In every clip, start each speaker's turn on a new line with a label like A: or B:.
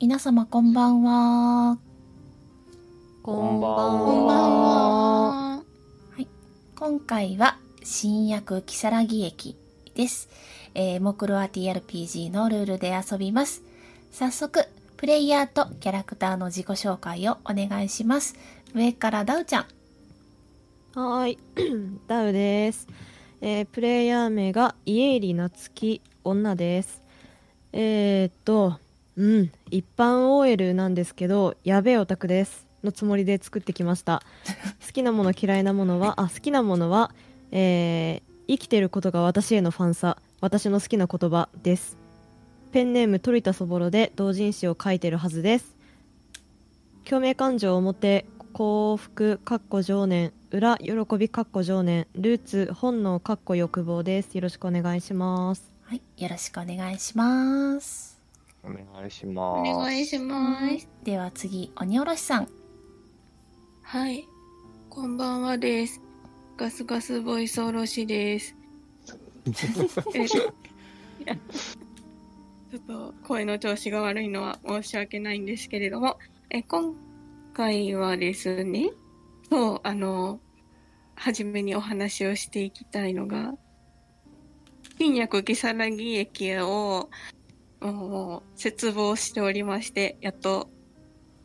A: 皆様こんばんは。
B: こんばんは
C: こんばんは。
A: 今回は新薬木更木駅です。えー、モクロア TRPG のルールで遊びます。早速、プレイヤーとキャラクターの自己紹介をお願いします。上からダウちゃん。
B: はーい、 ダウです、えープレイヤー名が家入夏樹女です。えー、っと、うん、一般 OL なんですけど、やべえオタクです。のつもりで作ってきま した。好きなもの嫌いなものは、あ、好きなものは、えー生きてることが私へのファンサ、私の好きな言葉です。ペンネーム鳥田そぼろで同人誌を書いてるはずです。共鳴感情表幸福かっこ情念裏喜びかっこ情念ルーツ本能かっこ欲望ですよろしくお願いします
A: はい、よろしくお願いします。
C: お願いしま
D: お
C: す。
D: 願いします。
A: では次、鬼おろしさん。
D: はい。こんばんはです。ガスガスボイスおろし です。えっといやちょっと声の調子が悪いのは申し訳ないんですけれども、え今回はですね、そう、あの、初めにお話をしていきたいのが、新薬木更木駅をもう絶望しておりまして、やっと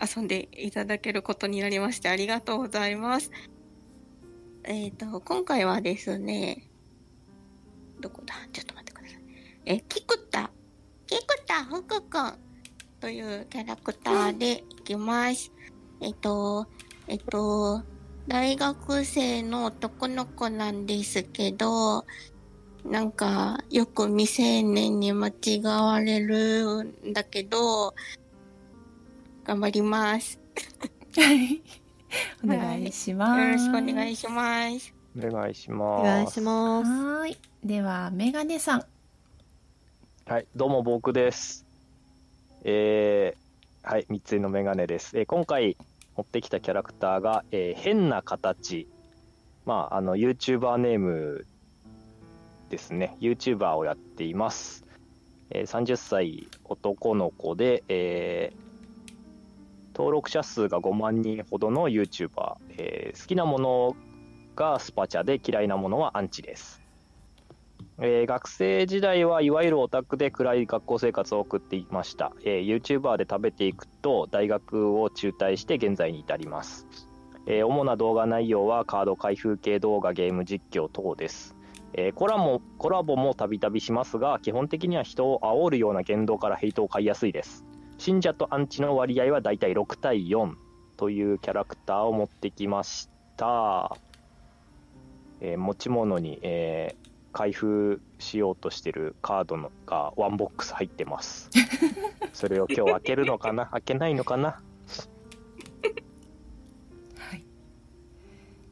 D: 遊んでいただけることになりましてありがとうございます。えっ、と、今回はですね、どこだちょっと待ってください。え、菊田、菊田福くんというキャラクターでいきます。えっ、と、えっ、と、大学生の男の子なんですけど、なんか、よく未成年に間違われるんだけど、頑張ります。
A: お願いします。
D: よろしくお願いします。
C: お願いし
B: お
C: ます。
B: 願いします
A: はーい。では、メガネさん。
C: はい、どうも僕です。えー、はい、三井のメガネです。えー今回持ってきたキャラクターが、えー変な形。まあ、あの、YouTuber ネームですね。YouTuber をやっています。えー30歳男の子で、えー登録者数が5万人ほどの YouTuber。えー好きなものがスパチャで嫌いなものはアンチです。えー学生時代はいわゆるオタクで暗い学校生活を送っていました、えー、YouTuber で食べていくと大学を中退して現在に至ります、えー主な動画内容はカード開封系動画ゲーム実況等です、えーコラもコラボもたびたびしますが基本的には人を煽るような言動からヘイトを買いやすいです信者とアンチの割合はだいたい6対4というキャラクターを持ってきました、えー持ち物に、えー開封しようとしてるカードのがワンボックス入っ てます。それを今日開けるのかな開けないのかな
A: はい。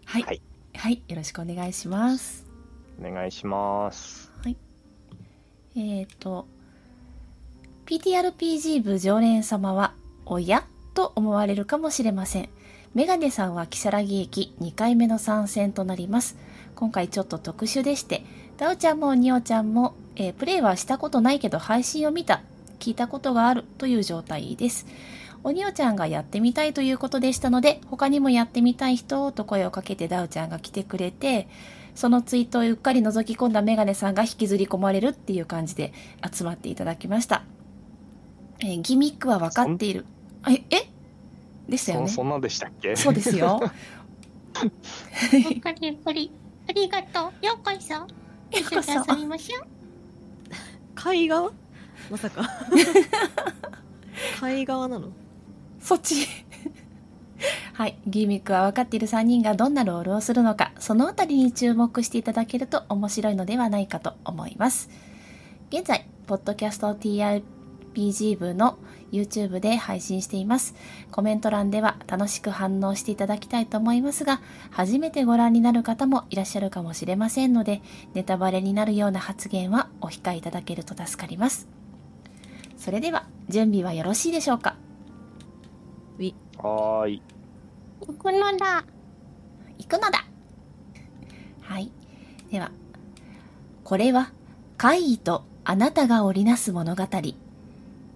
A: はい。
C: はい
A: はい、よろしくお願いします。
C: お願いします。
A: えっ、と、PTRPG 部常連様は、おやと思われるかもしれません。メガネさんは木更木駅2回目の参戦となります。今回ちょっと特殊でして、ダウちゃんもニオちゃんも、えープレイはしたことないけど配信を見た、聞いたことがあるという状態です。おにおちゃんがやってみたいということでしたので、他にもやってみたい人と声をかけてダウちゃんが来てくれて、そのツイートをうっかり覗き込んだメガネさんが引きずり込まれるっていう感じで集まっていただきました。えーギミックは分かっている。あええでしたよね。
C: そそんなんでしたっけ
A: そうですよ。
D: ゆっくりゆっくり。ありがとう。ようこそ。
A: ようこそ
D: 一緒に遊びましょう。
B: 貝側まさ か貝側なの
A: そっち。 はい。ギミックは分かっている3人がどんなロールをするのか、そのあたりに注目していただけると面白いのではないかと思います。現在、ポッドキャスト TRPG 部の YouTube で配信しています。コメント欄では楽しく反応していただきたいと思いますが、初めてご覧になる方もいらっしゃるかもしれませんので、ネタバレになるような発言はお控えいただけると助かります。それでは、準備はよろしいでしょうか
C: はーい。
D: 行くのだ。
A: 行くのだはい。では、これは、怪異とあなたが織りなす物語。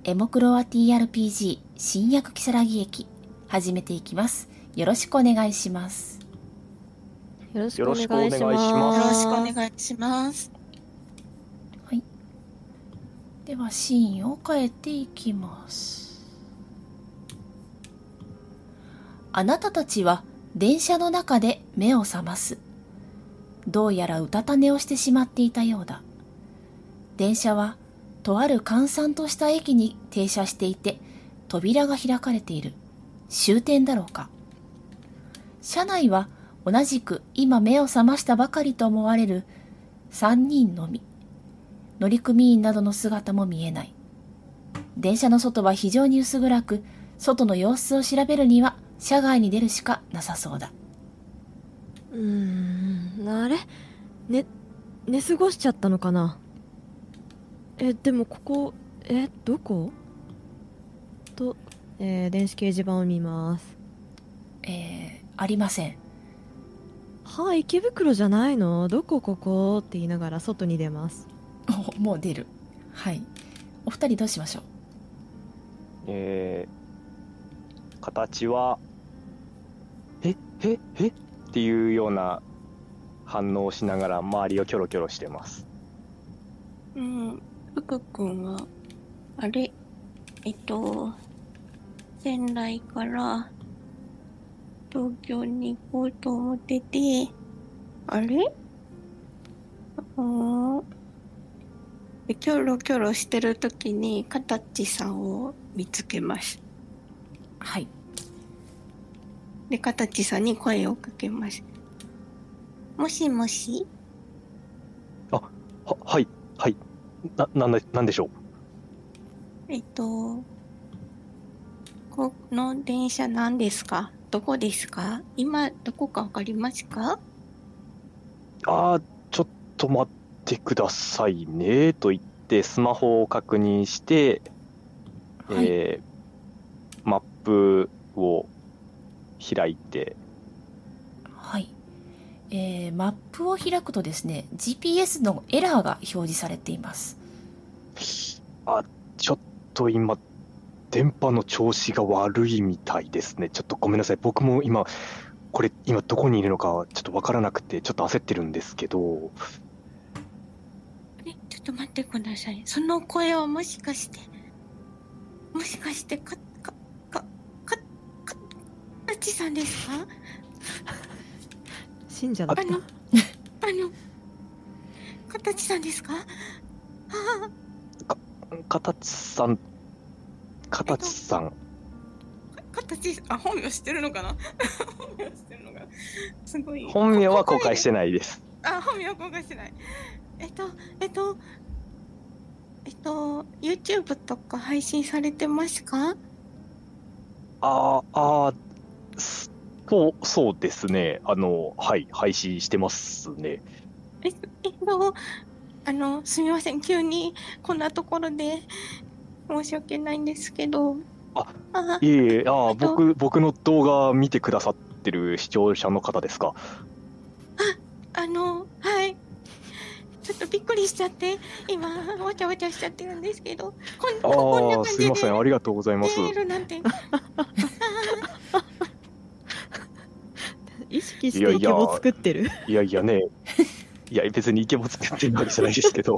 A: エモクロワ TRPG 新薬如月駅始めていきますよろしくお願いします
B: よろし
C: よ
B: くお
C: ろしくお
B: 願
C: 願
B: い
C: い
B: し
C: し
B: ま
C: ますす
D: よろしくお願いします。
A: ではシーンを変えていきますあなたたちは電車の中で目を覚ますどうやらうたた寝をしてしまっていたようだ電車はとある閑散とした駅に停車していて扉が開かれている終点だろうか車内は同じく今目を覚ましたばかりと思われる3人のみ乗組員などの姿も見えない電車の外は非常に薄暗く外の様子を調べるには車外に出るしかなさそうだ
B: うーんあれ寝寝過ごしちゃったのかなえでもここえどこと、えー電子掲示板を見ます
A: えー、ありません
B: はあ池袋じゃないのどこここって言いながら外に出ます
A: おもう出るはいお二人どうしましょう
C: えー形は「えええっていうような反応をしながら周りをキョロキョロしてます
D: うん。福君は、あれ、えっと、仙台から東京に行こうと思ってて、あれうん。でキョロキョロしてる時に、カタッチさんを見つけました。
A: はい
D: で、カタチさんに声をかけました。もしもし
C: ははいはいななんでなんでしょう
D: えっと、この電車何ですかどこですか今、どこかわかりますか
C: あーちょっと待ってくださいねと言ってスマホを確認して、
A: はい、
C: えーマップを開いて
A: はいえー、マップを開くとですね GPS のエラーが表示されています
C: あちょっと今電波の調子が悪いみたいですねちょっとごめんなさい僕も今これ今どこにいるのかちょっとわからなくてちょっと焦ってるんですけど
D: え、ちょっと待ってください。その声はもしかして、もしかして、か、か、か、か、か、たちさんですか
B: 信者だっ
D: あ
B: た
D: の、あの、かたちさんですか
C: 形さん形さん
D: かたち、あ、本名知ってるのかな本名知ってるのかなすごい。
C: 本名は公開してないです
D: あ、本名は公開してない。えっと、えっと、えっと、YouTube とか配信されてますか
C: あーあーすそうそうですねあのはい配信してますね
D: ええっと、あの、すみません、急にこんなところで申し訳ないんですけど。
C: あ、
D: あ、
C: いえいえあ
D: え
C: ー
D: っと
C: 僕僕の動画見てくださってる視聴者の方ですか
D: あの、はい。ちょっとびっくりしちゃって、今、わちゃわちゃしちゃってるんですけど、こん
C: あ
D: こんな
C: あ
D: 感
C: ーすい
D: じ
C: ませんあ
D: で
C: りがとうございます
D: 出るなんて。
B: 意識し
C: いや
B: て
C: い
B: イ
C: や
B: ケボ作ってる
C: いやいや ね、いや、別にイケボ作ってるわけじゃないです けど、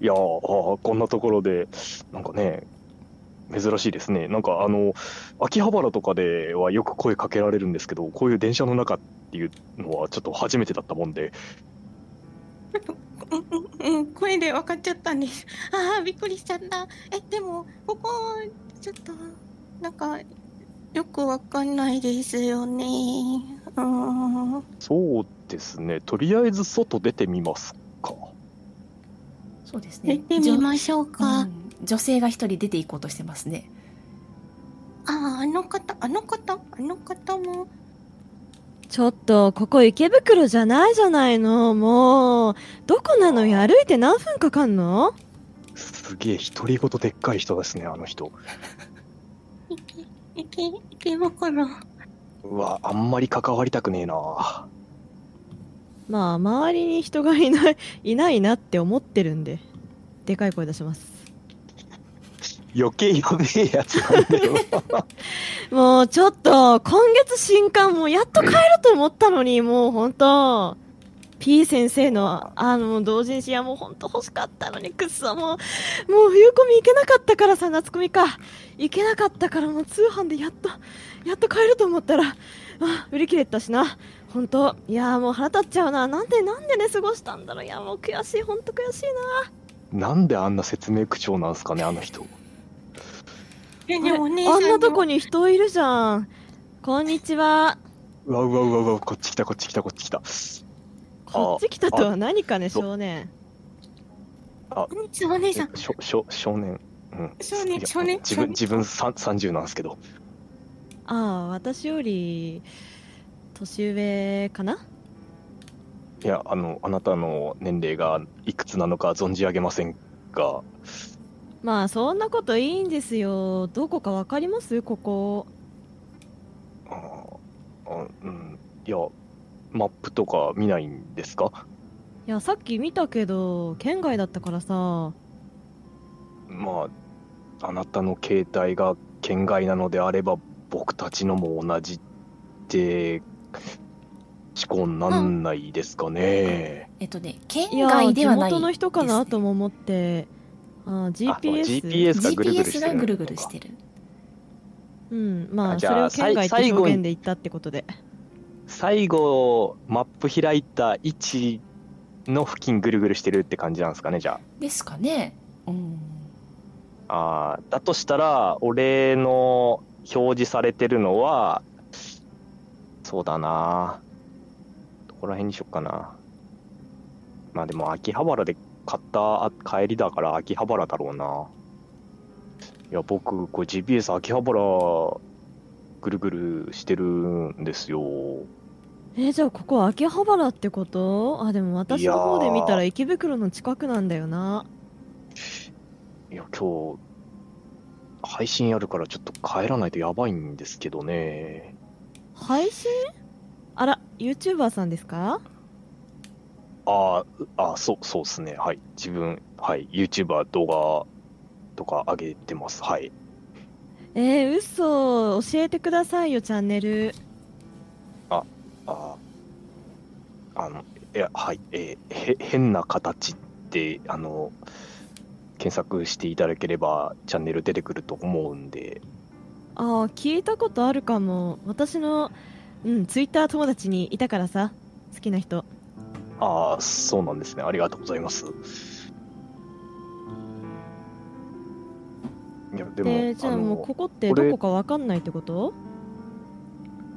C: いやーあー、こんなところで、なんかね、珍しいですね、なんかあの、秋葉原とかではよく声かけられるんですけど、こういう電車の中っていうのは、ちょっと初めてだったもんで、
D: うんうんうん、声で分かっちゃったんです。 ああ、びっくりしちゃった。え、でも、ここ、ちょっと、なんか、よくわかんないですよね。うーん。は
C: そうですね、とりあえず外出てみますか。
A: そうです
D: い
A: ね
D: 行ってみましょうか。
A: う
D: あ
A: ん女性が一人出ていこうとしてますね
D: あ、あの方、あの方、あの方も。
B: ちょっとここ池袋じゃないじゃないのもうどこなのよ歩いて何分かかんの
C: すげえ、独り言でっかい人ですね、あの人。
D: いけ、いけ、いけわからん。
C: うわ、あんまり関わりたくねえな。
B: まあ周りに人がいないいないなって思ってるんででかい声出します
C: 余計やべえやつなんだよ。
B: もうちょっと、今月新刊もやっと帰ると思ったのに、もう本当 P 先生の、あの、同人誌はもう本当欲しかったのに、くっそ、もう、もう冬コミ行けなかったからさ、夏コミか。行けなかったからもう通販でやっと、やっと買えると思ったら、あ、売り切れたしな。本当いやーもう腹立っちゃうな。なんで、なんでね、過ごしたんだろう。いや、もう悔しい、本当悔しい
C: なんであんな説明口調なんですかね、あの人。
D: え、
B: な。
D: でもお姉さ
B: あ
D: ん
B: れあんな
D: の
B: とこに人いるじゃん。こんにちは。
C: うわうわうわうわ、こっち来た、こっち来た、こっち来た。
B: こっち来たとは何かね、
C: そう
B: 少年。
D: こんにちはお姉さん。
C: しょしょ少年。うん、
D: 少年
C: いや
D: 少年
C: 自
D: 少
C: 分
D: 年
C: 自分さん30なんですけど
B: ああ、私より年上かない
C: やあのあなたの年齢がいくつなのか存じ上げませんが
B: まあそんなこといいんですよ。どこかわかりますここ。
C: あーあうんいやマップとか見ないんですか
B: いや、さっき見たけど、県外だったからさ。
C: まああなたの携帯が県外なのであれば僕たちのも同じって思考になんないですかね、
A: えっとね、県
B: いや、
A: 外ではない。
B: 地元の人か
A: です
B: な
A: ね
B: とも思って。ああ、
C: あ
B: GPS。
C: GPS がぐるぐる
A: GPS
C: してる
A: がぐるぐるしてる。
B: うん、ま
C: あ
B: あ、
C: じ
B: そ
C: ゃあ
B: れを県外っ
C: さい
B: て
C: 最後に
B: 表現で言ったってことで。
C: 最後マップ開いた位置の付近ぐるぐるしてるって感じなんですかねじゃ
A: ですかね。うん。
C: ああーだとしたら俺の表示されてるのはそうだなどこら辺にしよっかなまあでも秋葉原で買ったあ帰りだから秋葉原だろうないや僕これ GPS 秋葉原ぐるぐるしてるんですよ
B: え、じゃあここ秋葉原ってことあ、でも私の方で見たら池袋の近くなんだよな。
C: いや、今日、配信やるからちょっと帰らないとやばいんですけどね。
B: 配信あら、YouTuber さんですか
C: あーあー、そう、そうですね。はい。自分、はい。YouTuber 動画とか上げてます。はい。
B: えー、嘘教えてくださいよ、チャンネル。
C: あーあの、いや、はい。えーへ、変な形って、あの、検索していただければチャンネル出てくると思うんで、
B: あー聞いたことあるかも。私の、うん、Twitter 友達にいたからさ、好きな人。
C: ああ、そうなんですね。ありがとうございます。いや、でも、
B: えー、じゃあも
C: の
B: うここって
C: これ
B: どこかわかんないってこと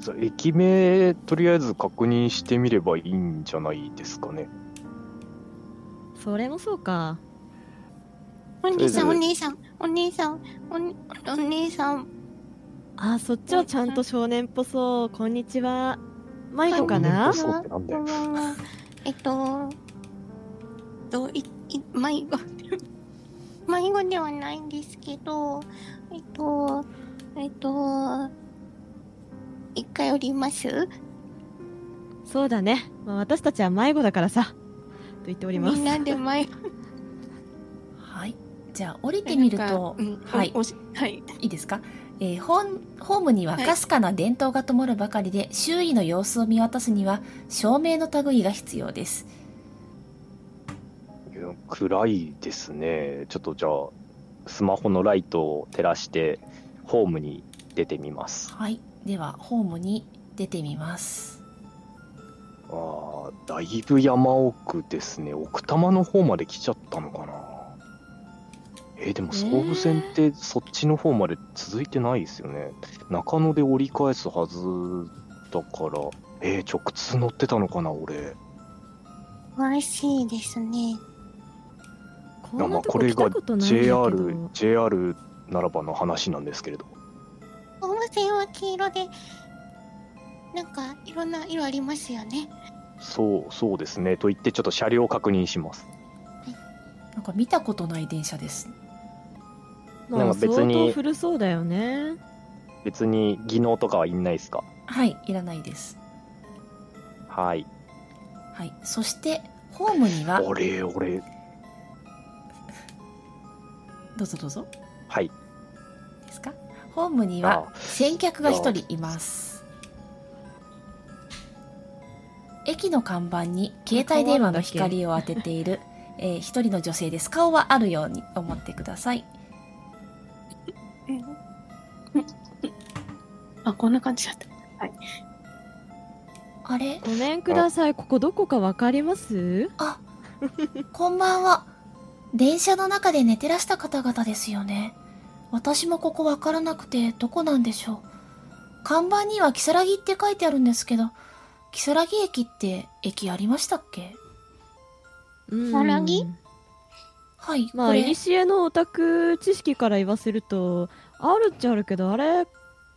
C: そう駅名とりあえず確認してみればいいんじゃないですかね
B: それもそうか。
D: お兄さん、お
C: とり
D: 兄さん、お兄さん、おにお兄さん。
B: あーそっちはちゃんと少年っぽそう。こんにちは。マイコか
C: あ
B: な
C: そうってなんだ
D: こ
C: よ
D: んばんは。えっと、えっといい迷子 迷子ではないんですけど、えっと、えっと、一回降ります
B: そうだね。まあ、私たちは迷子だからさ。と言っており
D: み
B: ます
D: ん。なで迷っ
A: はい。じゃあ降りてみると、はい
D: はい。
A: いいですか、えーホームホームにはかすかな伝統が灯るばかりで、周囲の様子を見渡すには照明の類が必要です
C: いや暗いですねちょっとじゃあスマホのライトを照らしてホームに出てみます
A: はいではホームに出てみます
C: あーだいぶ山奥ですね奥多摩の方まで来ちゃったのかなえーでも総武線ってそっちの方まで続いてないですよね、中野で折り返すはずだからえー、直通乗ってたのかな俺
D: 詳しいですね。
B: こ
C: いや
B: ん
C: ま
B: な
C: あ
B: と
C: こ
B: こ
C: れ
B: 来
C: が
B: たことないんだけど
C: JR, JR ならばの話なんですけれど
D: ホーム線は黄色で、なんかいろんな色ありますよね。
C: そうそうですねと言ってちょっと車両を確認します
A: なんか見たことない電車です
B: ま
C: な
B: あ
C: んか別
B: 相
C: に
B: 当古そうだよね
C: 別に技能とかはいんないですか
A: はいいらないです
C: はい
A: はいそしてホームには
C: 俺俺
A: どうぞどうぞ
C: はい
A: ですかホームには先客が1人います駅の看板に携帯電話の光を当てている、えー、1人の女性です顔はあるように思ってください
D: あ、こんな感じだった。
A: あれ
B: ごめんください。ここどこかわかります
A: あこんばんは電車の中で寝てらした方々ですよね私もここわからなくてどこなんでしょう看板には木更木って書いてあるんですけど木更木駅って駅ありましたっけ
B: さ
D: さらぎ
A: はい、
B: ま
A: こ
B: あ、
A: れ
B: いにしえのオタク知識から言わせると、あるっちゃあるけど、あれ、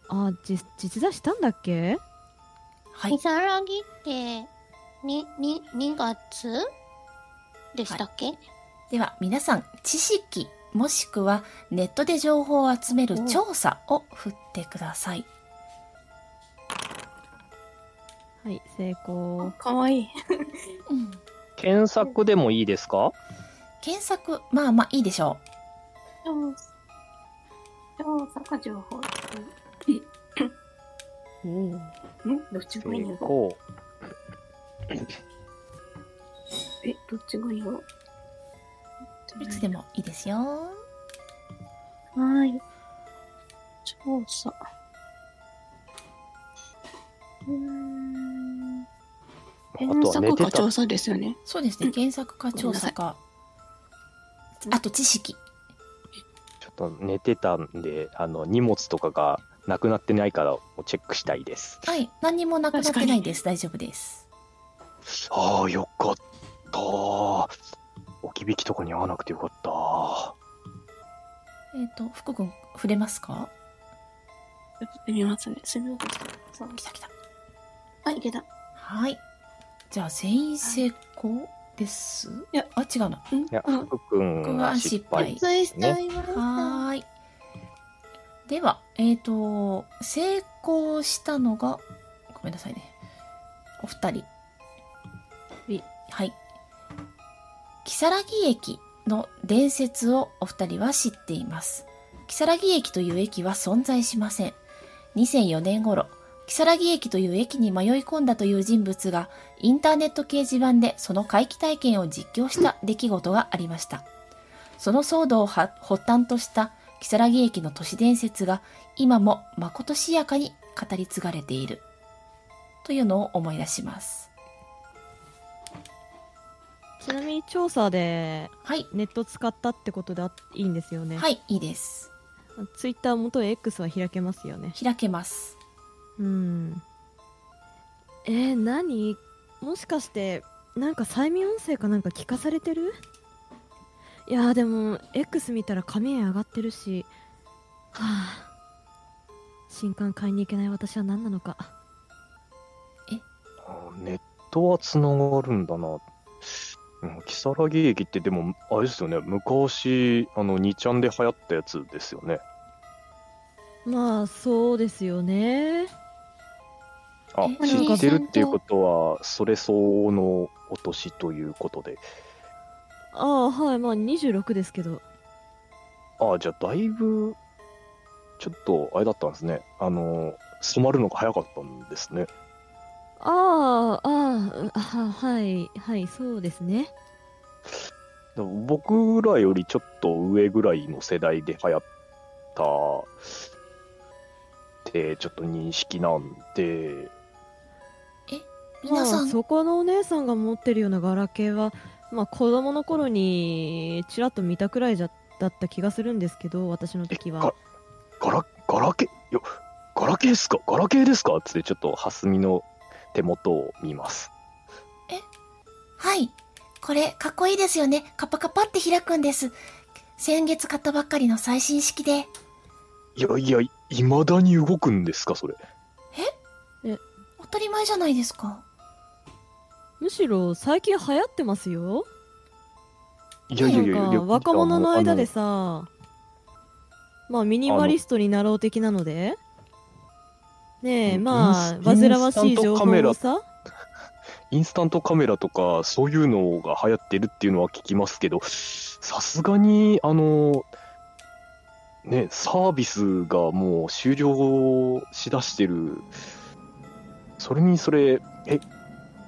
B: あ、じ実在したんだっけ
A: は
E: み
A: い、
E: さらぎって、に、に、2月でしたっけ、
A: では皆さん知識もしくはネットで情報を集める調査を振ってください
B: はい、成功。
D: かわいい。
A: うん
C: 検索でもいいですか
A: 検索まあまあいいでしょ
D: 調査か情報。んどっちがいい
C: 成
D: の
C: 功。
D: え、どっちがいいの
A: ういつでもいいですよ
D: はい。調査。うーん。検索か調査ですよね。
A: そうですね検索か調査か
D: ごめんなさい
A: あと知識
C: ちょっと寝てたんで、あの荷物とかがなくなってないからをチェックしたいです。
A: はい、何にもなくなってないです。大丈夫です。
C: ああ、よかった。置き引きとかに合わなくてよかった。
A: えっ、と、福君、触れますか。
D: やってみますね。すみません。
A: 来た来た。
D: あ、いけた。
A: はい。じゃあ、全員成功です。
D: いや、
A: あ、違うな。
D: うん
C: いや、
D: あ、
C: 福君が失敗。
E: 失礼しちゃいました。
A: はーい。では、えっ、と、成功したのが。ごめんなさいね。お二人。
B: い
A: はい。如月駅の伝説をお二人は知っています。如月駅という駅は存在しません。2004年頃、如月駅という駅に迷い込んだという人物が、インターネット掲示板でその回帰体験を実況した出来事がありました。その騒動をは発端とした如月駅の都市伝説が今もまことしやかに語り継がれているというのを思い出します。
B: ちなみに調査で
A: はい、
B: ネット使ったってことであいいんですよね。
A: はい、いいです。
B: ツイッター元へ X は開けますよね。
A: 開けます。
B: うん。えー、何もしかして、なんか催眠音声かなんか聞かされてるいやーでも、X 見たら紙絵上がってるし、はあ新刊買いに行けない私は何なのか。
C: あーネットはつながるんだな。うん、如月駅ってでも、あれですよね、昔、あの、2ちゃんで流行ったやつですよね。
B: まあ、そうですよね。
C: あ
A: え、
C: 知ってるっていうことは、それ相応のお年ということで。
B: ああ、はい、まあ26ですけど。
C: ああ、じゃあ、だいぶ、ちょっと、あれだったんですね。あの、染まるのが早かったんですね。
B: ああ、ああ、は、はい、はい、そうですね。
C: でも僕らよりちょっと上ぐらいの世代で流行ったってちょっと認識なんで、
A: 皆さ
B: まあ
A: ん、
B: そこのお姉さんが持ってるようなガラケーは、まあ、子供の頃にちらっと見たくらいじゃだった気がするんですけど私の時
C: えか
B: は
C: ガラ、ガラケー、いや、ガラケーですかガラケーですかつってちょっと蓮見の手元を見ます。
A: はい、これかっこいいですよね。カパカパって開くんです。先月買ったばっかりの最新式で。
C: いやいや、いまだに動くんですかそれ。
A: 当たり前じゃないです か。
B: むしろ最近流行ってますよ
C: いやい
B: な
C: や
B: ん
C: い
B: か
C: や、いや
B: 若者の間で。
C: あ
B: さまあミニマリストになろう的なのでねえ
C: うん
B: ま
C: イ
B: あ
C: ンス
B: 煩わしい情報
C: イン
B: を
C: ス
B: さ
C: インスタントカメラとか、そういうのが流行ってるっていうのは聞きますけど、さすがに、あの、ね、サービスがもう終了しだしてる。それにそれ、え、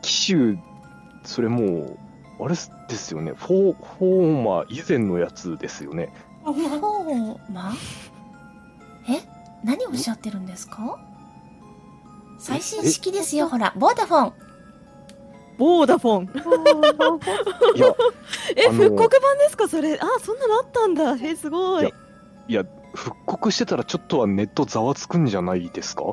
C: 機種、それもう、あれですよね、フォー、フォーマー以前のやつですよね。
A: フォーマえ何をおっしゃってるんですか最新式ですよ、ほら、ボーダフォン。
B: ボーダフォン。
C: いや、
B: え、
C: あの
B: 復刻版ですか、それ。あ、そんなのあったんだ。え、すご
C: い
B: い
C: や。いや、復刻してたらちょっとはネットざわつくんじゃないですか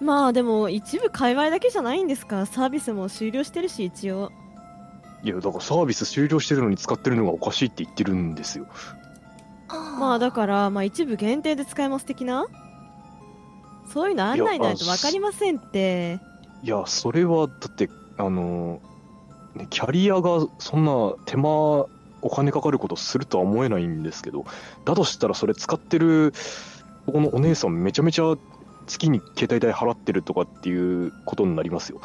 B: まあ、でも、一部界隈だけじゃないんですか。サービスも終了してるし、一応。
C: いや、だからサービス終了してるのに使ってるのがおかしいって言ってるんですよ。
B: まあ、だ
A: ら。
B: から、まあ、一部限定で使えます的な。そういうの案内ないと
C: いやあ
B: わかりませんって。
C: いや、それはだって、あの、ね、キャリアがそんな手間、お金かかることするとは思えないんですけど、だとしたらそれ使ってる、ここのお姉さんめちゃめちゃ月に携帯代払ってるとかっていうことになりますよ。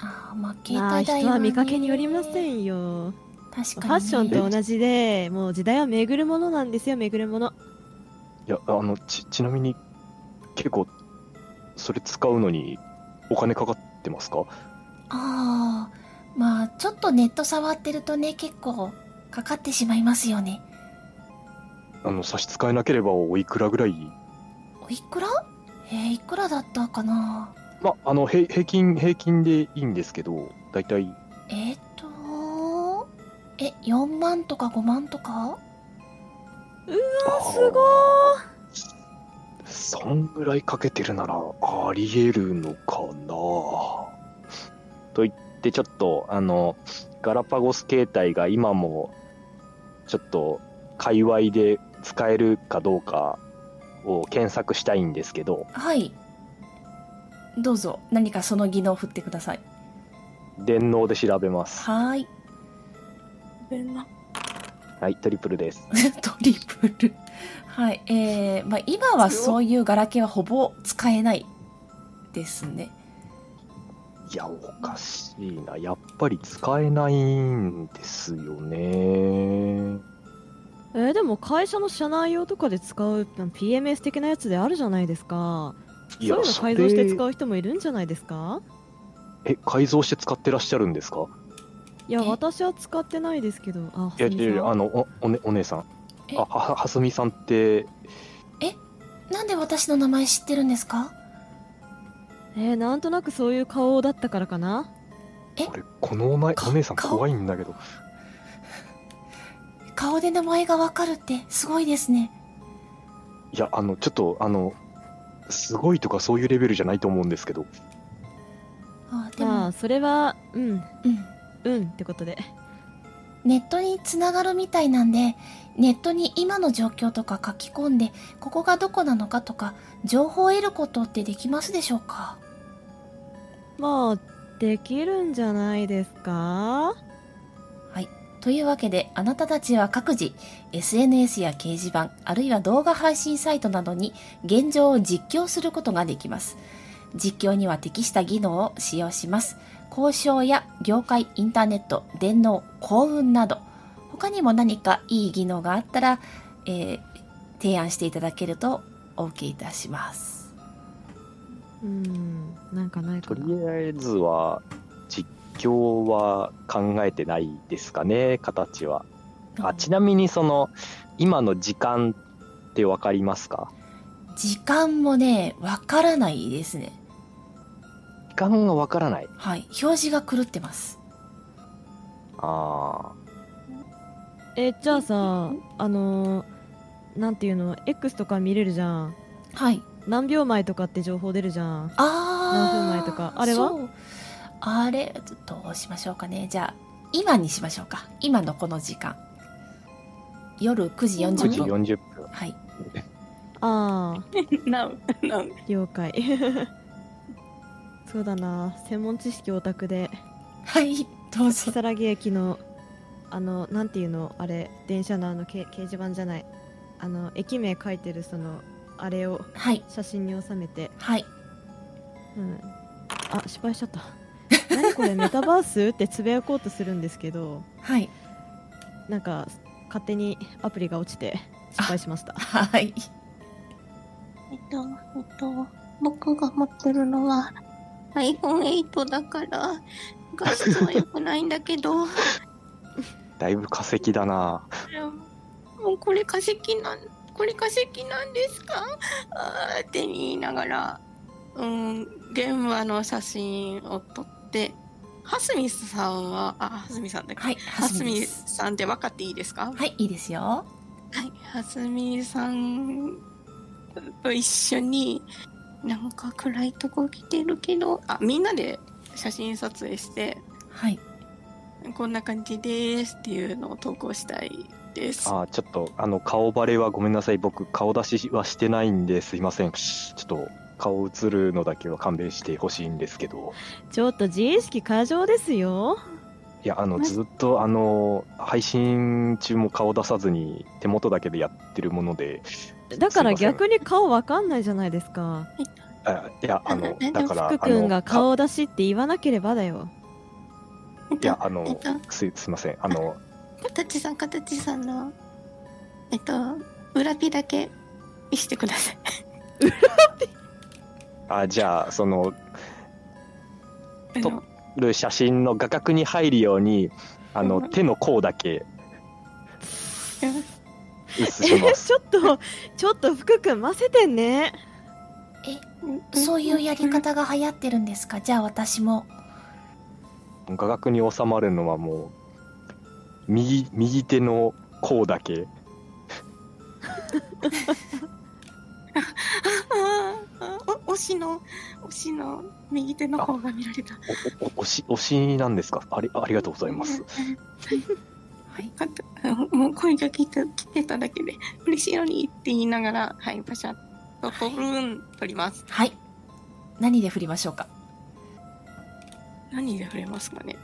A: あーまあ、携
B: まあ、
A: 帯
B: 人
A: 代
B: は見かけによりませ
A: ん。
B: んよ。
A: 確か
B: フ
A: に、ね。
B: ァッションと同じで、もう時代は巡るものなんですよ、巡るもの。
C: いや、あの、ち、ちなみに、結構、それ使うのにお金かかってますか
A: ああ、まあ、ちょっとネット触ってるとね、結構かかってしまいますよね。
C: あの、差し支えなければおいくらぐらい
A: おいくらえー、いくらだったかな
C: まあ、あの、へい平均、平均でいいんですけど、大体、
A: えっ、ー、と、え、4万とか5万とか
C: あ
B: すご
C: ーそんぐらいかけてるならありえるのかなと言ってちょっとあのガラパゴス携帯が今もちょっと界隈で使えるかどうかを検索したいんですけど
A: はい。どうぞ、何かその技能を振ってください。
C: 電脳で調べます
A: はーい。
D: べ んな。
C: はいトリプルです
A: トリプル。はい。えー、まあ今はそういうガラケーはほぼ使えないですね。
C: いやおかしいなやっぱり使えないんですよね
B: えーでも会社の社内用とかで使うあの PMS 的なやつであるじゃないですかそういうの改造して使
C: う
B: う人もいるんじゃないですか
C: え改造して使ってらっしゃるんですか
B: いや
A: え
B: 私は使ってないですけどあ
C: いや、
B: す
C: い
B: み
C: やいや
B: さ
C: あ
B: ん
C: の、お、おね、お姉さん。
A: え
C: あ、は、はすみさんって、
A: なんで私の名前知ってるんですか
B: えーなんとなくそういう顔だったからかな
A: え
C: これ、このお前、
A: か
C: お姉さん
A: 顔
C: 怖いんだけど。
A: 顔で名前がわかるってすごいですね。
C: いや、あの、ちょっと、あの、すごいとかそういうレベルじゃないと思うんですけど、
A: あーで
B: ま
A: も
B: あ、それはうん
A: うん。
B: うんってことで
A: ネットにつながるみたいなんで、ネットに今の状況とか書き込んで、ここがどこなのかとか、情報を得ることってできますでしょうか
B: まあできるんじゃないですか
A: というわけであなたたちは各自 SNS や掲示板あるいは動画配信サイトなどに現状を実況することができます実況には適した技能を使用します交渉や業界インターネット電脳幸運など他にも何かいい技能があったら、えー提案していただけるとお受けいたします
B: うんなんかないか
C: とり
B: な
C: あえずは、実況は考えてないですかね、形は。あ、ちなみに、その、今の時間ってわかりますか
A: 時間もねわからないですね
C: 時間がわからない。
A: はい表示が狂ってます
C: あ
B: えじゃあさあのーなんていうの X とか見れるじゃん
A: はい
B: 何秒前とかって情報出るじゃん
A: あー
B: 何分前とかあれは
A: そうあれどうしましょうかねじゃあ今にしましょうか今のこの時間夜9時
C: あ、9時
A: 40分
C: 40分。
A: はい
B: ああ
D: なう、なう。
B: 了解 そうだな専門知識オタクで
A: はいどうぞ
B: 如月駅のあのなんていうのあれ電車のあのけ掲示板じゃないあの駅名書いてるそのあれを
A: はい
B: 写真に収めて、
A: はい
B: うん、あ失敗しちゃ った何これメタバースってつぶやこうとするんですけど
A: はい
B: なんか勝手にアプリが落ちて失敗しました。
A: はい。
E: えっと、えっと、僕が持ってるのは iPhone8 だから、画質は良くないんだけど、も
C: だいぶ化石だな
E: うこれ化石なん、これ化石なんですかあーって言いながら、
D: うん、現場の写真を撮って、はすみさんは、あ、はすみさんだっけ
A: はい。
D: は
A: は
D: す
A: す
D: み
A: みです。
D: さんって分かっていいですか
A: はい、いいですよ。
D: はい、はすみさんと一緒になんか暗いとこ来てるけどあみんなで写真撮影して
A: はい。
D: こんな感じですっていうのを投稿したいです。
C: あーちょっとあの顔バレはごめんなさい僕顔出しはしてないんですいませんちょっと顔映るのだけは勘弁してほしいんですけど
B: ちょっと自意識過剰ですよ。
C: いやあの
E: ね
C: ずっとあの配信中も顔出さずに手元だけでやってるもので
B: だから
C: すいませ
B: 逆
C: ん
B: に顔わかんないじゃないですか。
C: あいやあの
E: なんで
C: だから
B: 福
C: あ
B: 君
C: の
B: が顔出しって言わなければだよ。
E: えっ
C: い
E: と
C: や、あ
E: えっ
C: の
E: と、
C: すすいませんあの
E: 形さん、形さんの、えっと、裏ピだけ見してください。
C: あじゃあその
D: あ
C: と
D: の
C: る写真の画角に入るようにあの
D: うん
C: 手の甲だけ
D: うん
C: 映
B: え、
C: し ま
B: ち
C: す
B: ょっと、ちょっと福君ませてんね。
A: そういうやり方が流行ってるんですかじゃあ私も。
C: 画角に収まるのはもう右右手の甲だけ
D: あああお推しの推しの右手の方が見られた。
C: おおおしおしなんですかありありがとうございます
A: はい。
D: あともう声が来て来てただけで嬉しいのにって言いながらはいパシャッとポルン撮ります。
A: はい。何で振りましょうか
D: 何で触れますかね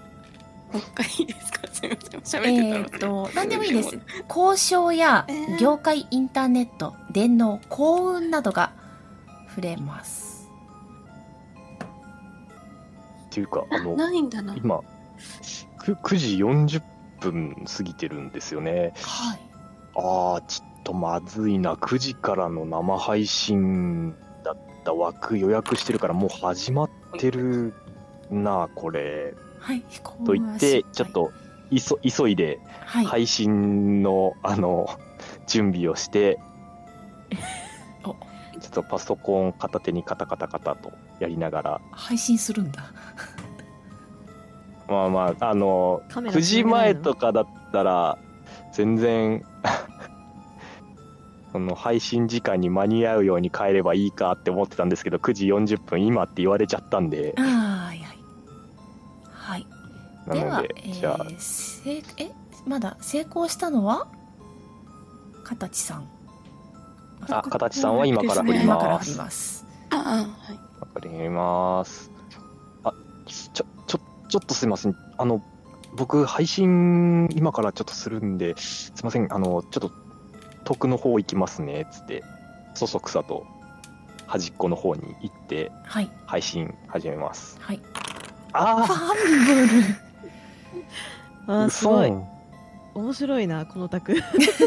D: もう一回いいですかすみません、
A: え
D: 喋
A: ー
D: って
A: った
D: の
A: と、何でもいいです。交渉や業界インターネット、電脳、幸運などが触れます。
C: っていうかあの
D: ないんだな。
C: 今く9時40分過ぎてるんですよね
A: はい。
C: ああちょっとまずいな9時からの生配信だった枠予約してるからもう始まってるなこれ
A: はい。
C: と言ってちょっと急急いで
A: はい。はい。
C: 配信のあの準備をしてち
A: お
C: ょっとパソコン片手にカタカタカタとやりながら
A: 配信するんだ。
C: まあまああの
B: カメラ
C: 9時前とかだったら全然 その配信時間に間に合うように帰ればいいかって思ってたんですけど9時40分今って言われちゃったんで
A: あーはいはい。はい。
C: な
A: で
C: の
A: は、
C: で
A: えー
C: じゃあ
A: せいえまだ成功したのは形さん
C: あ形さんは今から振り
A: 今から
C: ま
A: 振り
C: すわ
A: ます
D: ああ、はい。
C: かりますあちょちょちょっとすいませんあの僕配信今からちょっとするんですいませんあのちょっと遠くの方行きますねつってそそくさと端っこの方に行って
A: はい
C: 配信始めます
A: はい
C: あ
A: フ
C: あ
A: ァンブル
B: あーす
C: そ
B: ご
C: う
B: い。面白いな、この卓。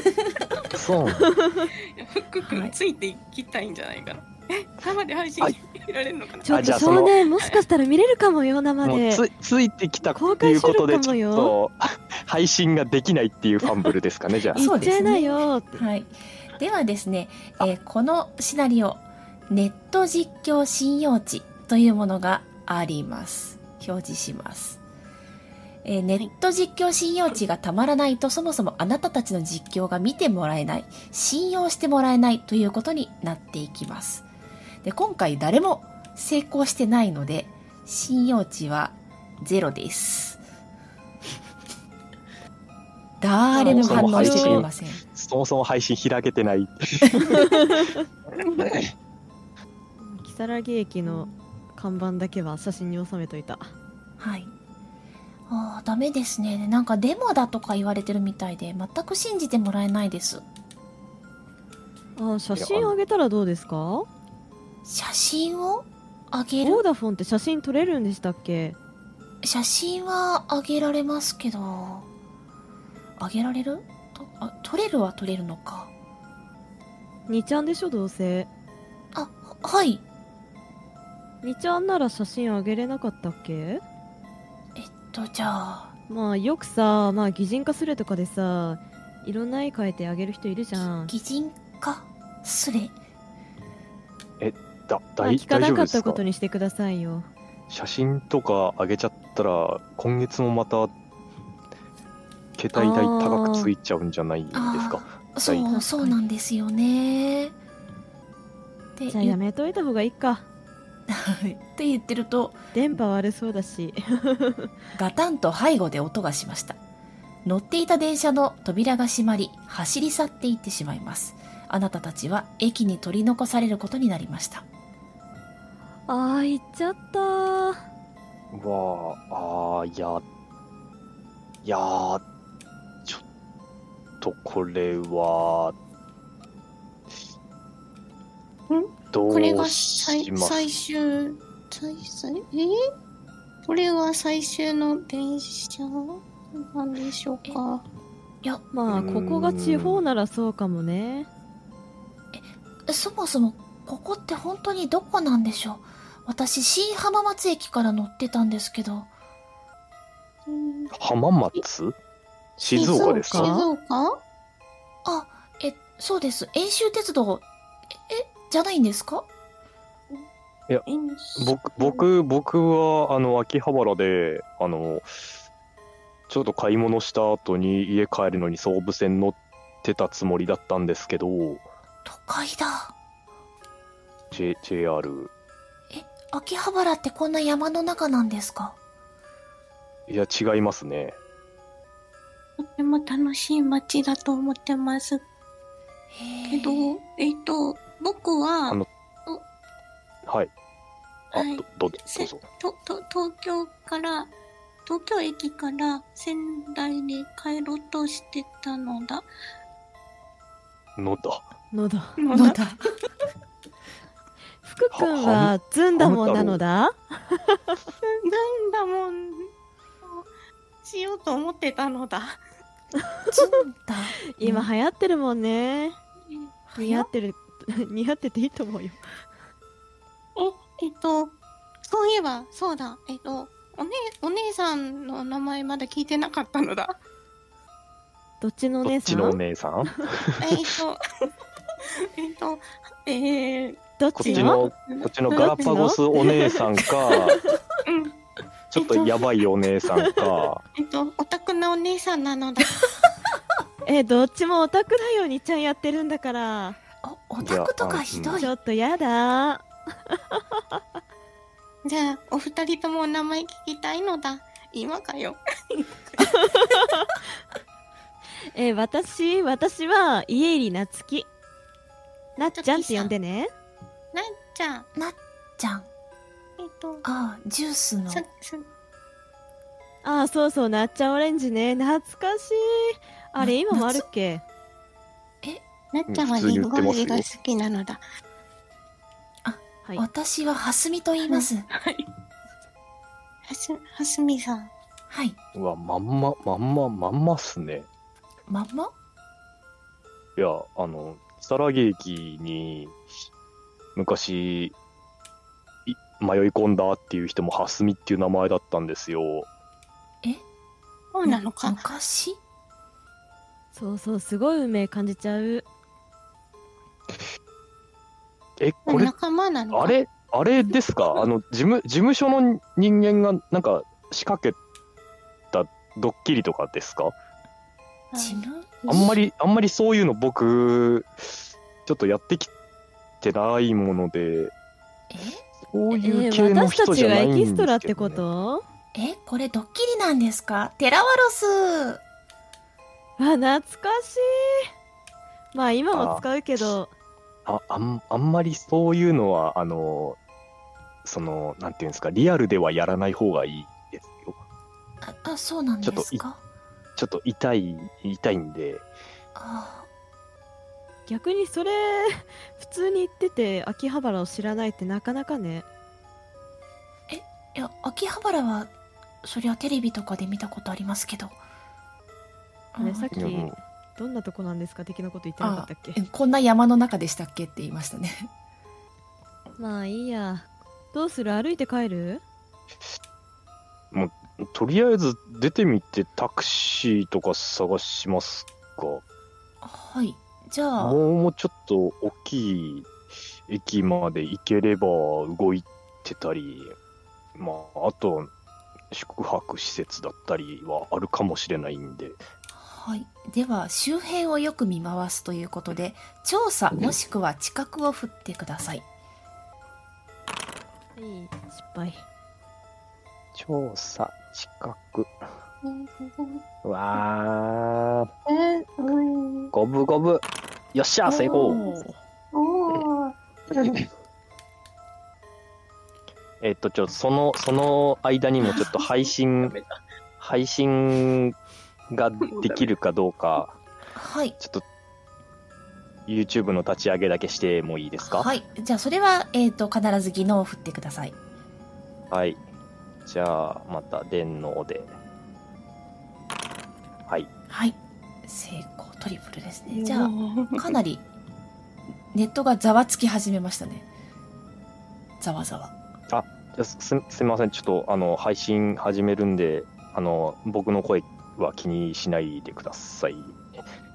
C: そう
D: フック君ついていきたいんじゃないかな。え、生で配信
C: はい
D: 見られるのかな
B: ちょっ
C: あじ
B: と
C: ゃあその
B: 少年、もしかしたら見れるかもよ、生
C: もう
B: で。
C: つついてきたっていうことで
B: 公開収録
C: ち
B: も
C: ょっ
B: よ
C: と 配信ができないっていうファンブルですかねじゃあ
A: い
B: 言っちゃいなよって。
A: はいではですね、えーこのシナリオネット実況信用値というものがあります表示しますえーネット実況信用値がたまらないとそもそもあなたたちの実況が見てもらえない信用してもらえないということになっていきますで今回誰も成功してないので信用値はゼロ です誰も反応してくれません
C: そもそも配信開けてない
B: 木更木駅の看板だけは写真に収めといた。
A: はい。ああ、ダメですね。なんかデモだとか言われてるみたいで、全く信じてもらえないです。
B: あ写真あげたらどうですかボ
A: 写真をあげる
B: ーダフォンって写真撮れるんでしたっけ
A: 写真はあげられますけど、あげられるとあ、撮れるは撮れるのか。
B: 2ちゃんでしょどうせ
A: あ、はい。
B: 2ちゃんなら写真あげれなかったっけ
A: えっと、じゃあ、
B: まあよくさまあ擬人化するとかでさいろんな絵描いてあげる人いるじゃん
A: 擬人化すれ。
C: だ
B: まあ
C: 大
B: 聞か
C: 大
B: な
C: 丈夫
B: か
C: で
B: った
C: す
B: こ
C: か
B: とにしてくださいよ
C: 写真とか上げちゃったら今月もまた桁痛い高くついちゃうんじゃないですか
A: あそ
C: は
A: う、そうなんですよね。で、
B: じゃあやめといた方がいいか
A: 言って言ってると、
B: 電波悪そうだし
A: ガタンと背後で音がしました。乗っていた電車の扉が閉まり、走り去っていってしまいます。あなたたちは駅に取り残されることになりました。
B: あー行っちゃったー
C: わああーいやいやーちょっとこれはど
E: これ
C: う
E: が最
C: します
E: 最終最最えこれが最終の電車なんでしょうか
B: まあここが地方ならそうかもね
A: そもそも、ここって本当にどこなんでしょう私、新浜松駅から乗ってたんですけど。
E: うん
C: 浜松静岡です
B: 静
C: か
E: 静岡
A: あ、え、そうです。遠州鉄道、え、えじゃないんですか
E: 遠州
C: 僕僕僕はあの秋葉原であのちょっと買い物した後に家帰るのに総武線乗ってたつもりだったんですけど、
A: 都会だ。
C: J、JR
A: 秋葉原ってこんな山の中なんですか
C: いや違いますね
E: とても楽しい街だと思ってます
A: へ
E: け
A: え
E: どえっと僕は
C: あのはいあ、
E: はい
C: どどどうぞ
E: とと東京から東京駅から仙台に帰ろうとしてたのだ
C: のだ
B: のだ
A: なんだ。
B: 福くんはずんだもんなのだ
E: なんだもんしようと思ってたのだ
A: ずんだ。
B: 今流行ってるもんね似合
A: や
B: ってる 似合ってていいと思うよ
E: え、えっと、そういえば、そうだ、えっと、おね、お姉さんの名前まだ聞いてなかったのだ。
B: どっちのお
C: ど
B: 姉
C: っ
B: さ
C: ち
B: ん
C: のお姉さん
E: えっと、えっと、えー、
B: どっ
C: こっ
B: ち
C: ち
B: の
C: のこっちのガラパゴスお姉さんか
E: うん、
C: ちょっとやばいお姉さんか
E: えっと、オタクなお姉さんなのだ。
B: えどっちもオタクだよにちゃんやってるんだから
A: おオタクとかひどい
B: ち。ょっとやだ
E: じゃあ、お二人ともお名前聞きたいのだ。今かよ。
B: え私私は家入りなつきなっちゃんって呼んでね
E: なっちゃん、
A: じゃん。
E: えっと、
A: ああ、ジュースの
E: さ、。さ、
B: ああそうそうなっちゃんオレンジね懐かしいあれ今もあるっけ
E: なっちゃんは
C: 普通に言
E: リン
C: っ
E: ゴ
C: てますよ
E: 味が好きなのだ。
B: はい
A: 私はハスミと言います。
E: はす、はすみさん。
A: はい。
C: うわまんままんままんまっすね
A: まんま
C: いや、あの、如月駅に、昔、い迷い込んだっていう人も、蓮見っていう名前だったんですよ。
E: そうなのか。
A: 昔
B: そうそうすごい運命感じちゃう
C: え、これ、
E: 仲間なのか。
C: あれ、あれですかあの、事務、事務所の人間が、なんか、仕掛けたドッキリとかですか
E: うん
A: ジム
C: あんまり、あんまりそういうの僕、ちょっとやってきてないもので、
A: え
C: そう
B: え
C: いう系
B: ー
C: の
B: 私
C: 人
B: た
C: じ
B: ち
C: ゃ
B: が
C: ない
B: エ
C: んですけど、ね。
B: キストラってこと
A: えこれドッキリなんですかテラワロス
B: あ懐かしいまあ今も使うけど
C: ああんあんまりそういうのは、あの、その、なんていうんですか、リアルではやらない方がいいですよ。
A: ああ、そうなんで
C: ちょっと
A: す
C: い
A: か
C: ちょっと痛い、痛いんで、
A: あ
B: 逆にそれ普通に行ってて秋葉原を知らないってなかなかね
A: あ。いや、秋葉原は、そりゃテレビとかで見たことありますけど。
B: あれさっき
C: いやもう
B: どんなとこなんですか的なこと言ってなかったっけ
A: えこんな山の中でしたっけって言いましたね
B: まあいいやどうする歩いて帰る
C: とりあえず出てみてタクシーとか探しますか
A: はいじゃあ
C: もうちょっと大きい駅まで行ければ動いてたりまああと宿泊施設だったりはあるかもしれないんで
A: はい、では周辺をよく見回すということで調査もしくは知覚を振ってください
B: いい失敗
C: 調査近くわあ
E: え、うん。
C: 五分五分よっしゃ成功
A: おー
E: おー。
C: えっとちょそのその間にもちょっと 配信配信ができるかどうか
A: はい
C: ちょっと YouTube の立ち上げだけしてもいいですか
A: はいじゃあそれは、えー、と必ず技能を振ってください
C: はい。じゃあ、また電脳で。はい。
A: はい成功トリプルですねじ
D: あ
A: ゃあかなりネットがざわつき始めましたねざわざわ
C: じゃあすすみません。ちょっと、あの、配信始めるんで、あの、僕の声は気にしないでください。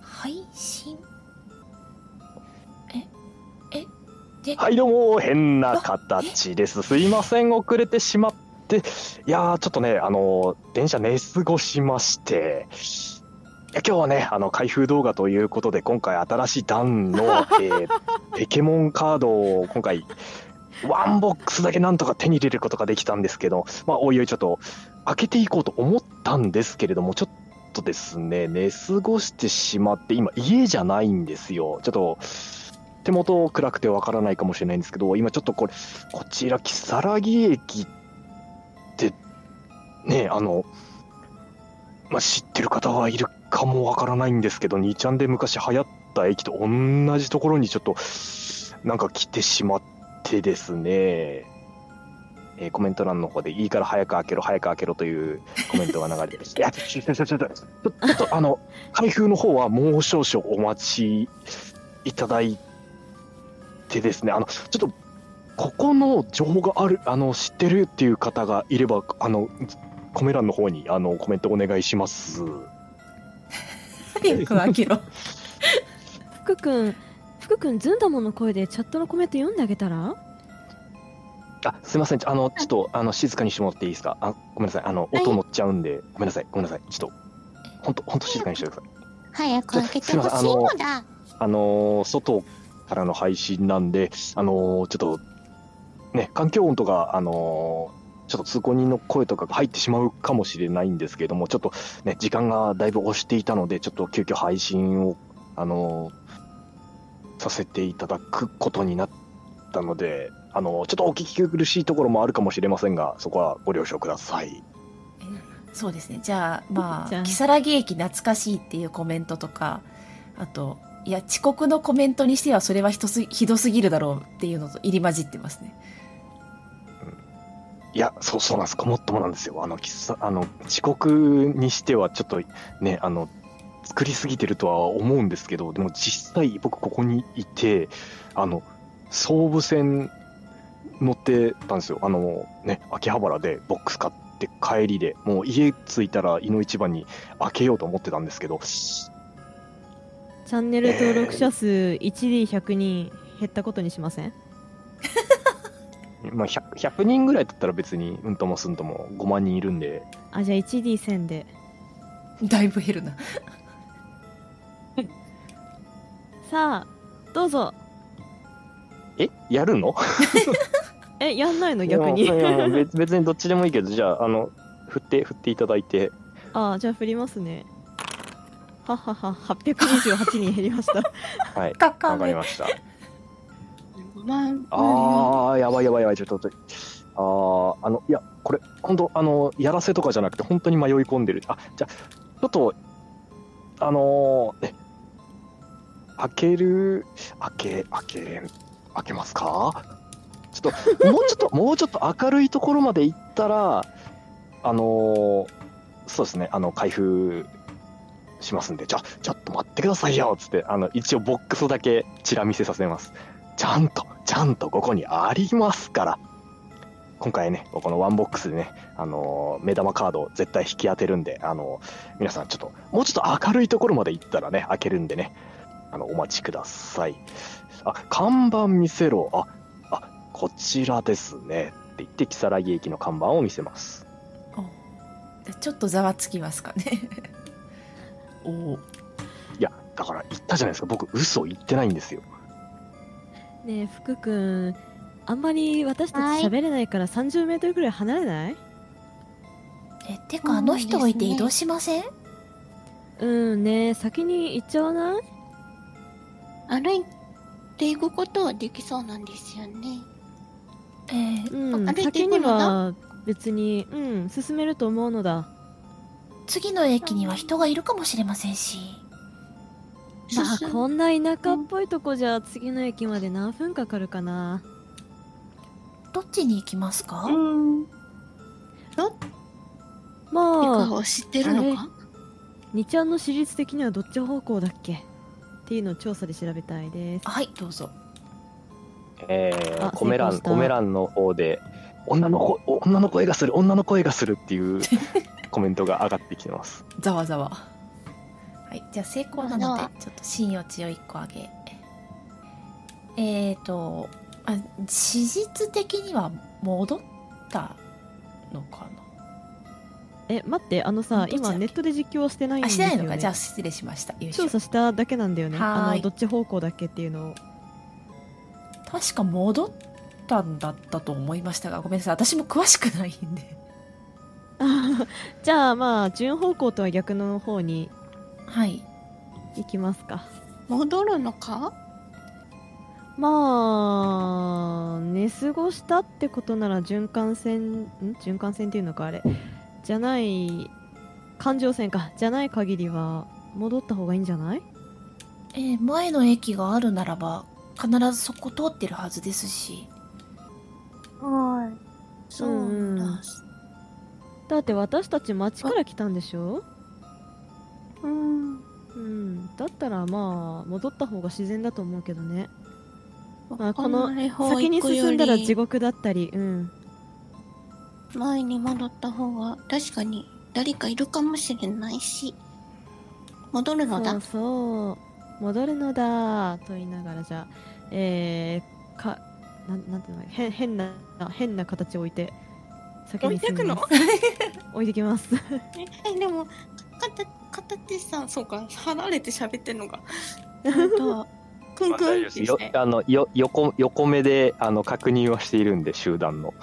A: 配信ええで、
C: はい、どうも、変な形です。すいません。遅れてしまって。いやー、ちょっとね、あの、電車寝過ごしまして。いや今日はね、あの、開封動画ということで、今回新しい段の、えー、ペケモンカードを今回、ワンボックスだけなんとか手に入れることができたんですけど、まあ、おいおいちょっと、開けていこうと思ったんですけれども、ちょっとですね、寝過ごしてしまって、今、家じゃないんですよ。ちょっと、手元暗くてわからないかもしれないんですけど、今ちょっとこれ、こちら、木更木駅って、ね、あの、まあ、知ってる方はいるかもわからないんですけど、2ちゃんで昔流行った駅と同じところにちょっと、なんか来てしまってですね、えーコメント欄の方で、いいから早く開けろ、早く開けろというコメントが流れてきて、いや、ちょちょちょちょちょ、ちょちょっとあの、開封の方はもう少々お待ちいただいてですね、あの、ちょっと、ここの情報がある、あの、知ってるっていう方がいれば、あの、コメ欄の方に、あの、コメントお願いします。
A: 早く開け ろ
B: 福君福君ずんだもんの声でチャットのコメント読んであげたら
C: あ、すいません、ちょあの、ちょっと、あの、静かにしてもらっていいですかあ、ごめんなさい、あの、音乗っちゃうんで、ごめんなさい、ごめんなさい、ちょっと、ほんと、ほんと静かにしてください。
E: 早く開けてほしいのだ。
C: あのー外からの配信なんで、あのーちょっと、ね、環境音とか、あのーちょっと通行人の声とかが入ってしまうかもしれないんですけれども、ちょっとね、時間がだいぶ押していたので、ちょっと急遽配信を、あのーさせていただくことになったので、あのーちょっとお聞き苦しいところもあるかもしれませんが、そこはご了承ください。
A: そうですねじゃあま
B: じゃ
A: あ「
B: あ
A: 木更木駅懐かしい」っていうコメントとかあと「いや遅刻のコメントにしてはそれはひとすひどすぎるだろう」っていうのと入り混じってますね
C: いや、そうそうなんですか、もっともなんですよ。あの、喫茶、あの、遅刻にしては、ちょっと、ね、あの、作りすぎてるとは思うんですけど、でも実際、僕、ここにいて、あの、総武線乗ってたんですよ。あの、ね、秋葉原でボックス買って帰りで、もう家着いたら、井の一番に開けようと思ってたんですけど、
B: チャンネル登録者数 1D100 人減ったことにしません
C: まあ、100, 100人ぐらいだったら別に、うんともすんとも5万人いるんで、
B: あじゃあ 1D1000 で
A: だいぶ減るな
B: さあどうぞ
C: え、やるの
B: えやんないの逆に
C: いやいやいや別別にどっちでもいいけどじゃああの振って振っていただいて
B: あじゃあ振りますねははは828人減りま した
C: はい
A: かか
C: わかり
A: め
C: ました
D: まあ、
C: ああやばいやばいやばいちょっとちょっとあああのいやこれ本当あのやらせとかじゃなくて本当に迷い込んでるあじゃあちょっとあのー、ね開ける開け開け開けますかちょっともうちょっともうちょっと明るいところまで行ったらあのーそうですねあの開封しますんで、じゃ、ちょっと待ってくださいよつって、あの、一応ボックスだけチラ見せさせます。ちゃんと、ちゃんとここにありますから。今回ね、このワンボックスでね、あのー目玉カードを絶対引き当てるんで、あのー皆さんちょっと、もうちょっと明るいところまで行ったらね、開けるんでね、あの、お待ちください。あ、看板見せろ。あ、あ、こちらですね。って言って、木更木駅の看板を見せます。
A: ちょっとざわつきますかねおお
C: いや、だから言ったじゃないですか。僕、嘘言ってないんですよ。
B: ねえ福君あんまり私たち喋れないから30メートルぐらい離れない
A: えてかあの人置いて移動しません
B: うんねえ先に行っちゃわない
E: 歩いていくことはできそうなんですよね。
A: えー
B: うん
E: 歩いて
B: 先
E: い
B: に
E: くのだ
B: は別にうん進めると思うのだ
A: 次の駅には人がいるかもしれませんし
B: ま
E: 進
B: あ
E: む
B: こんな田舎っぽいとこじゃ次の駅まで何分かかるかな
A: どっちに行きますか、
E: うん。て
B: ま
E: か
B: あ
E: を知ってるのか
B: 二ちゃんの私立的にはどっち方向だっけっていうのを調査で調べたいです
A: はいどうぞ
C: え
B: あ
C: ー、コ
B: 成
C: メ
B: 功
C: 欄、
B: した
C: コメ欄の方で、女の子、女の声がする、女の声がするっていう コメントが上がってきてます。
A: ざわざわはいじゃあ成功なのでちょっと信用値を1個上げえーとあ史実的には戻ったのか
B: え待ってあのさ
A: どっちだっ
B: 今
A: け
B: ネットで実況はしてないん
A: なあ
B: で
A: し
B: す
A: て
B: よ、
A: な
B: ね、
A: いのかじゃあ失礼しましたよいしょ
B: 調査しただけなんだよね
A: はーい
B: あのどっち方向だっけっていうのを
A: 確か戻ったんだったと思いましたがごめんなさい私も詳しくないんで
B: じゃあまあ順方向とは逆の方に
A: はい
B: 行きますか
E: 戻るのか
B: まあ寝過ごしたってことなら循環線ん循環線っていうのかあれじゃない環状線かじゃない限りは戻った方がいいんじゃない
A: えー前の駅があるならば必ずそこ通ってるはずですし
E: はい。そうなんだ。
B: だって私たち町から来たんでしょ
E: うん。
B: うんだったらまあ戻った方が自然だと思うけどねまあこの
E: 離れ方
B: 先に
E: 行くよ
B: 進んだら
E: り
B: 地獄だったりうん
E: 前に戻った方が確かに誰かいるかもしれないし戻るのだ
B: そうそう戻るのだと言いながらじゃあえー、かなんなんていうの変変な変な形を置いて先に進み ます置いてきます
E: えでもかた片手さんそうか
D: 離れて喋ってんのが。
E: うん とくんくんって
D: よ
E: し
C: よ
E: て
C: あのよ横横目であの確認はしているんで、集団の。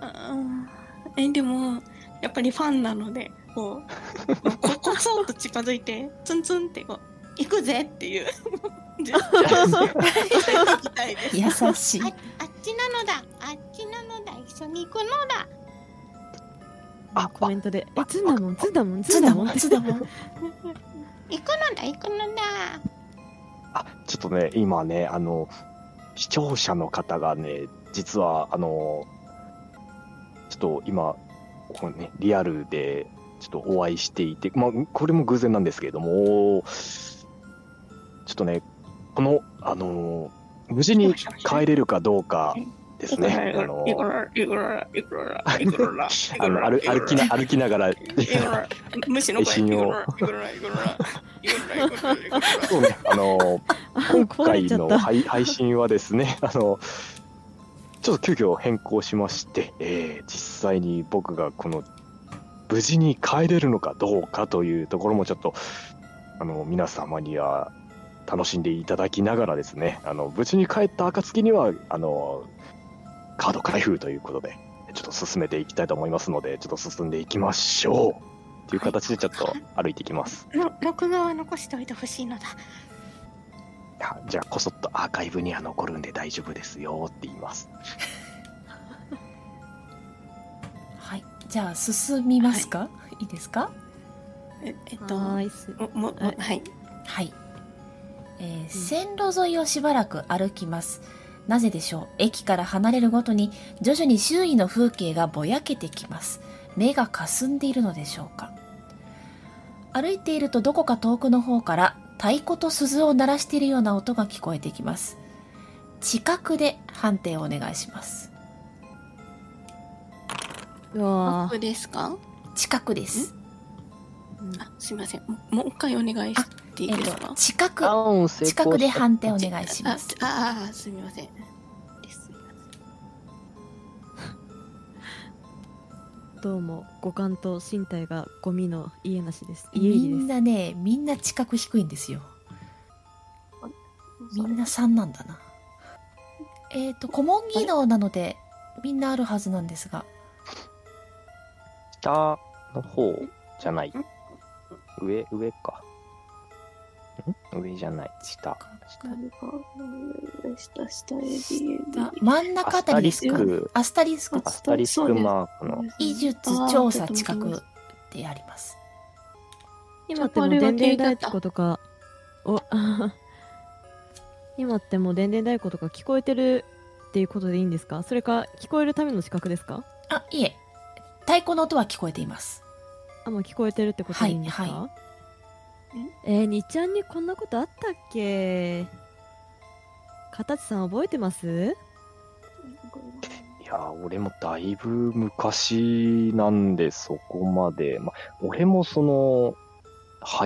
E: うん
D: え、でも、やっぱりファンなので、こう、ここそっと近づいて、ツンツンってこう、行くぜっ ていう。ジェスチャーしていきたいです。
A: 優しい
E: ああっちなのだあっちなのだ一緒に行くのだ
C: あ
B: コメントで「えつんだもんつんだもん
A: つ
B: つん
A: だ
B: だ
A: も
B: もん
A: ん」つだもん
E: 行くのだ行くのだ
C: あちょっとね、今ね、あの、視聴者の方がね、実は、あの、ちょっと今、このね、リアルで、ちょっとお会いしていて、まあ、これも偶然なんですけれども、ちょっとね、この、あの、無事に帰れるかどうかですね、あの、
D: いくら、いくら、いくら、いくら、い
C: あ
D: く
C: の
D: ら、
C: 歩歩きな歩きながら、
D: いくら、虫の声、いくら、いくら、いくら、いくら、いくら、いくら。
C: そうね、あの、
B: あ
C: 今
B: 壊
C: 回
B: れちゃっ
C: の
B: た
C: 配配信はですね、 あの、ちょっと急遽変更しまして、えー実際に僕がこの、無事に帰れるのかどうかというところもちょっと、あの、皆様には楽しんでいただきながらですね、あの、無事に帰った暁には、あの、カード開封ということで、ちょっと進めていきたいと思いますので、ちょっと進んでいきましょうという形でちょっと歩いていきます。
E: の録画は残しておいてほしいのだ
C: あじゃあこそっとアーカイブには残るんで大丈夫ですよって言います。
A: はいじゃあ進みますか、い、いですか
D: ええっと、
B: は
D: も
B: ーいす
D: ももはい。
A: はい、えー線路沿いをしばらく歩きますなぜでしょう駅から離れるごとに徐々に周囲の風景がぼやけてきます目がかすんでいるのでしょうか歩いているとどこか遠くの方から太鼓と鈴を鳴らしているような音が聞こえてきます近くで判定をお願いします
B: うわ
E: 僕ですか
A: 近くです
B: ー
E: あ
B: あ
E: すいませんももう一回お願いしていい
A: えっ
E: です
A: と
E: か
A: 近く
C: ダウン成功した
A: 近くで判定お願いします
E: あああすみませんです
B: どうも五感と身体がゴミの家なしです家
A: み
B: 入り
A: ん
B: です
A: なねみんな近く低いんですよみんな3なんだなえっ、と顧問技能なのでみんなあるはずなんですが
C: 下の方じゃない。上、上か。ん上じゃない。下。下
E: 下下指
A: あ真ん中あたりですか
C: アスタリスク
A: アスタリスク
C: アスタリスクマークの。
A: 医術調査近くであります
B: 今ってもう電電太鼓とかお 今ってもう電電太鼓とか聞こえてるっていうことでいいんですかそれか聞こえるための資格ですか
A: あいえ太鼓の音は聞こえています
B: あもう聞こえてるってことでいいんですか、
A: はいは
B: えー、にっちゃんにこんなことあったっけかたちさん覚えてます
C: いやー、俺もだいぶ昔なんで、そこまで。まあ、俺もその、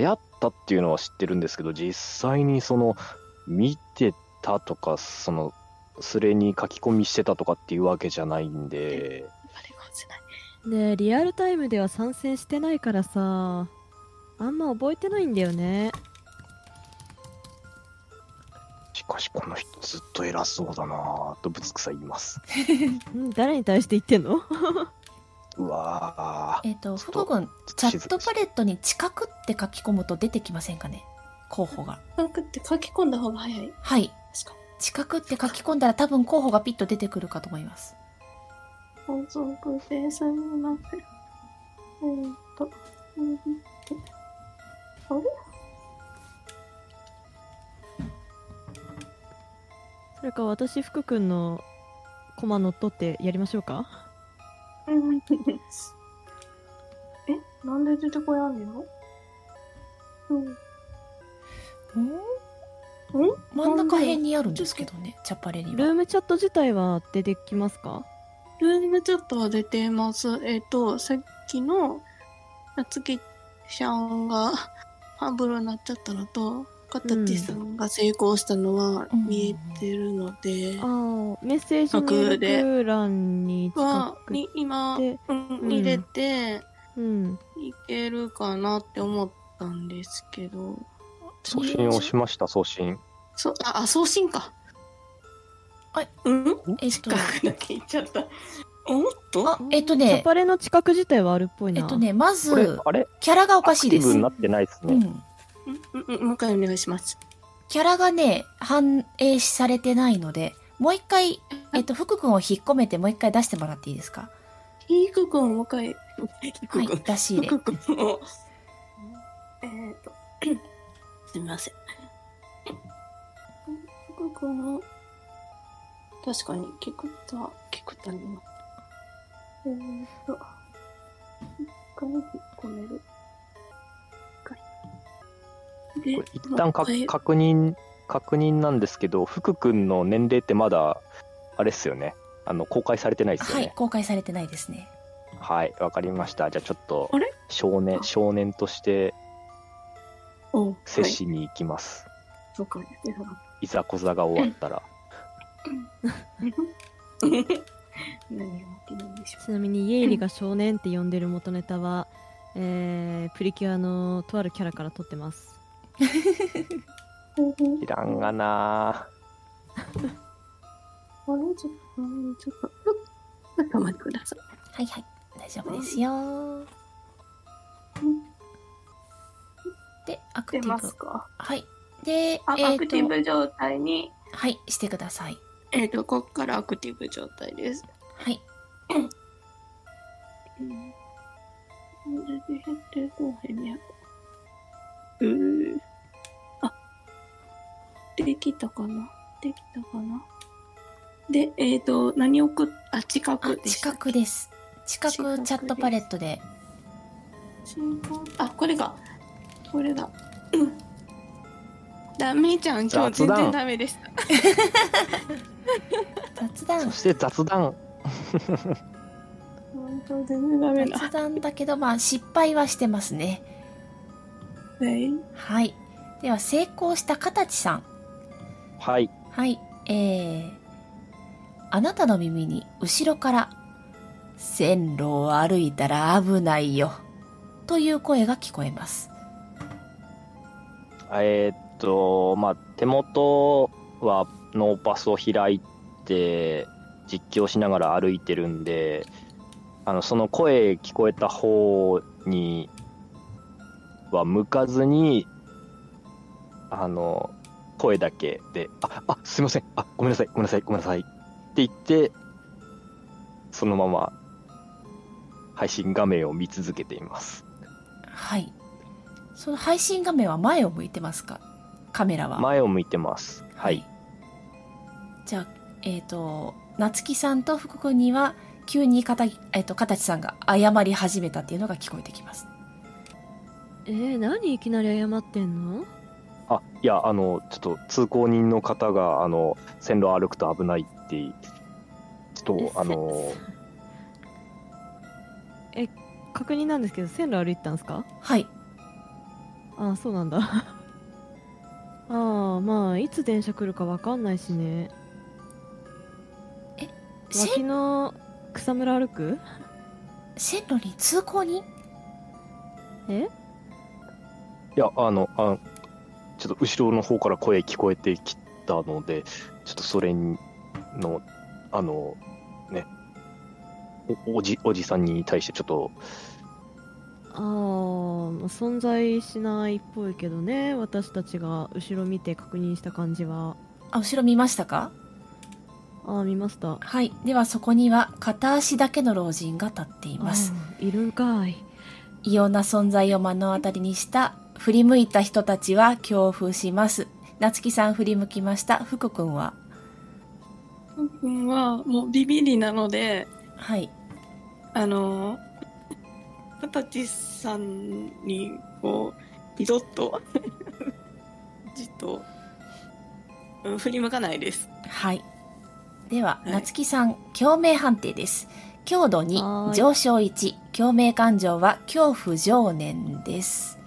C: 流行ったっていうのは知ってるんですけど、実際にその、見てたとか、その、それに書き込みしてたとかっていうわけじゃないんで、
E: あれが落ちない
B: ねえリアルタイムでは参戦してないからさあんま覚えてないんだよね
C: しかしこの人ずっと偉そうだなぁとぶつくさ言います。
B: ん誰に対して言ってんの
C: うわぁ。
A: えっ、と
C: ちょっ
A: 福
C: と
A: 君チャットパ
C: レ
A: レットに近くって書き込むと出てきませんかね候補が
E: 書くって書き込んだ方が早い
A: はい
E: 確か
A: 近くって書き込んだら多分候補がピッと出てくるかと思います
E: に法則ですみませんえーっと右手あれ
B: それか私福君のコマ乗っ取ってやりましょうか
E: うんえなんで出てこやんのうんん
A: 真ん中辺にあるんですけどねチャッパレに
B: ルー
A: は
B: ムチャット自体は出てきますか
E: ルームチャットは出てます。えっ、と、さっきの、なつきちゃんが ハンブルになっちゃったのと、かたちさんが成功したのは
A: うん
E: 見えてるので、
B: ああメッセージ入力欄に近
E: は、
B: く
E: に今、
B: で
E: うん
B: うん
E: 入れて
B: うん
E: いけるかなって思ったんですけど、
C: 送信をしました、送信。
E: そあ、あ、送信か。
A: はい。
E: うん
A: えっと
E: 近くだけ行っちゃった。おっと
A: あえっと
B: チャ
A: ね
B: パレの近く自体はあるっぽいな
A: えっとねま
C: これ
A: ず、
C: あれ
A: キャラがおかしいで
C: アクティブ
A: す
C: になってないです
A: う
C: ね。
A: ん
E: うんうんうんもう一回お願いします。
A: キャラがね反映されてないのでもう一回えっと福君を引っ込めてもう一回出してもらっていいですか
E: ひーくくん、もう一回。ひー
A: は
E: く
A: い
E: くん。
A: 出し入れ
E: 福君をえー、と すみません福君を確かに菊田菊田になえー、と一回引っ込める一回
C: これ一旦か
E: もう一回
C: 確認、確認なんですけど、福君の年齢ってまだ、あれっすよね。あの、公開されてないですよ
A: はい
C: ね。
A: 公開されてないですね
C: はい、わ、かりました。じゃあちょっと
E: あれ、
C: 少年、少年として
E: おう
C: 接
E: はい
C: しに行きます。
E: そうか出てなかっ
C: い、ざこざが終わったら。
E: た何が起きるんでしょ
B: ちなみにイエイリが少年って呼んでる元ネタは、えー、プリキュアのとあるキャラから取ってます
E: う
C: いらんがな
E: あれちょっとちょっとちょっと待ってください
A: はいはい大丈夫ですよでアクテ
E: 出
A: ィ
E: ま
A: ブ
E: すか
A: はいで
E: あ
A: え
E: アクティ
A: っと
E: ブ状態に、
A: はいしてください
E: えっ、と、こっからアクティブ状態です。
A: はい
E: うん。うーあ、できたかなできたかなで、えっ、と、何を送っ、あ、近
A: あ
E: くでした
A: 近くです近
E: 近く
A: く
E: です
A: チャットパレットで
E: 近くあ、これが、これだ。ダメちゃん、今日
C: 雑
E: 全
C: 談
E: 然ダメでした。
A: 雑談
C: そして雑談。
E: 本当、全然ダメだ。
A: 雑談だけどまあ失敗はしてますね
E: はい。
A: はいでは成功した形さん
C: はい。
A: はいえー、あなたの耳に後ろから「線路を歩いたら危ないよ」という声が聞こえます
C: えーっと、まあ、手元はノーパスを開いて、実況しながら歩いてるんで、あの、その声聞こえた方には向かずに、あの、声だけで、あ、あ、すいません、あ、ごめんなさい、ごめんなさい、ごめんなさいって言って、そのまま配信画面を見続けています。
A: はいその配信画面は前を向いてますかカメラは
C: 前を向いてます。はい。
A: じゃあえっ、と夏希さんと福君には急にかた、えー、と形さんが謝り始めたっていうのが聞こえてきます
B: えー、何いきなり謝ってんの
C: あいやあのちょっと通行人の方があの線路を歩くと危ないってちょ
B: え
C: っとあの
B: せえ確認なんですけど線路歩いてたんですか
A: はい
B: ああそうなんだあ あまあいつ電車来るかわかんないしね
A: せ
B: 脇の草むら歩く
A: 線路に通行人
C: いやあのあちょっと後ろの方から声聞こえてきたのでちょっとそれのあのねおおじおじさんに対してちょっと
B: ああ存在しないっぽいけどね私たちが後ろ見て確認した感じは
A: あ後ろ見ましたか
B: ああ見ました
A: はいではそこには片足だけの老人が立ってい
B: あ
A: ます
B: ーいるんかい
A: 異様な存在を目の当たりにした振り向いた人たちは恐怖します夏希さん振り向きました福君は
E: 僕は、もうビビりなので、
A: はい
E: あの、二十歳さんに、こう、ピドッと、 じっと、うん振り向かないです。
A: はい。では、
E: はい
A: 夏希さん、共鳴判定です。強度
B: は
A: 2、
B: ーい
A: 上昇1、共鳴感情は恐怖情念です。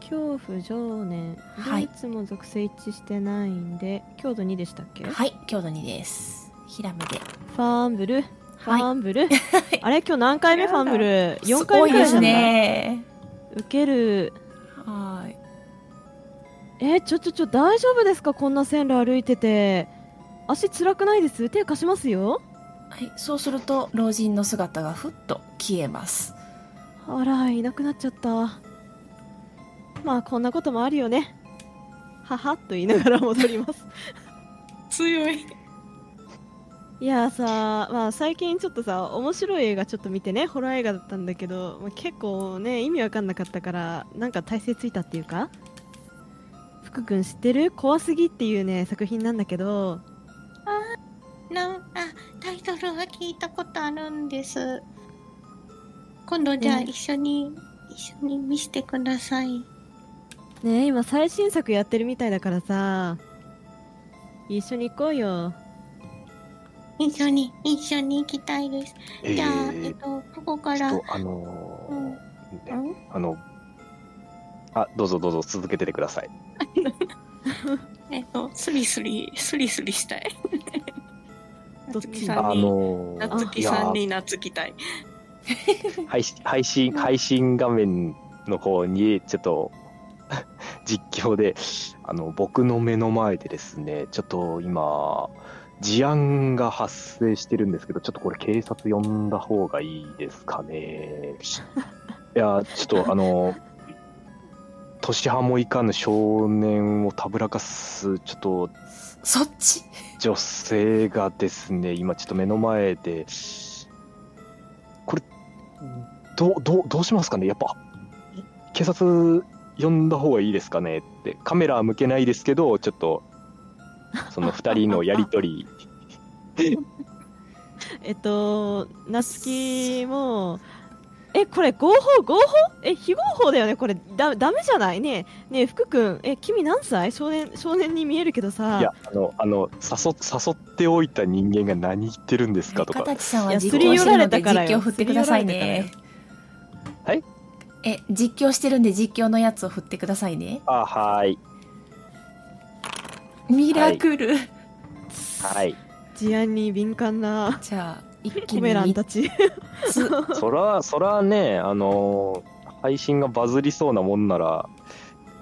B: 恐怖情念
A: はい
B: いつも属性一致してないんで強度2でしたっけフ
A: はい、強度2です。ひらめで。
B: ァンブルフ
A: は
B: ァンブル、あれ今日何回目
E: や
B: フ
E: だ
B: ァンブル
A: い。
B: 4回
A: 多
B: 目
A: い
B: ぐ
A: で
B: らいじ
A: す
B: ゃない
A: ね。
B: 受ける
A: はい。
B: えーちょちょちょ大丈夫ですかこんな線路歩いてて足辛くないです手貸しますよ
A: はい、そうすると、老人の姿がふっと消えます。
B: あらいなくなっちゃったまあこんなこともあるよねははっと言いながら戻ります
E: 強い。
B: いやーさまあ、最近ちょっとさ面白い映画ちょっと見てねホラー映画だったんだけど、まあ、結構ね意味わかんなかったからなんか体勢ついたっていうか福君知ってる怖すぎっていうね作品なんだけど
E: なあ、タイトルは聞いたことあるんです。今度じゃあ
B: ね
E: 一緒に、一緒に見せてください。
B: ね今最新作やってるみたいだからさ一緒に行こうよ
E: 一緒に、一緒に行きたいです。
C: え
E: じゃあ、え
C: ー、
E: っと、ここか
C: ち
E: ら、
C: ょ
E: う
C: っとあの
E: ん、
C: ー
E: ん
C: ねあのあどうぞどうぞ続けててください
E: えっと、スリスリ、スリスリしたい。
B: どっち
E: 夏木
C: あ
E: さんに、
C: のー
E: 夏木さんに懐きたい。
C: 配信配信配信画面の方にちょっと 実況であの僕の目の前でですねちょっと今事案が発生してるんですけどちょっとこれ警察呼んだ方がいいですかねいやちょっとあの年派もいかぬ少年をたぶらかすちょっと
A: そっち
C: 女性がですね、今ちょっと目の前で、これ、どう、どう、どうしますかねやっぱ、警察呼んだ方がいいですかねって、カメラは向けないですけど、ちょっと、その二人のやりと り、
B: えっと、夏希も、えこれ合法合法え非合法だよねこれだダメじゃないねえねえ福君え君何歳少年少年に見えるけどさ
C: いやあのあの誘誘っておいた人間が何言ってるんですかと
A: か
C: か
A: たちさん
B: い
A: は
B: や
A: 実況してるの
B: すり寄られ
A: で
B: た
A: 実
B: からよ
A: 況振ってくださいね
C: られた
A: え実況してるんで実況のやつを振ってくださいね
C: あはーい
A: ミラクル、
C: はい
B: 事案に敏感な
A: じゃあ一気
B: コ
A: に
B: メラン
A: 3
B: たち
A: つ
C: そらそらねあのー配信がバズりそうなもんなら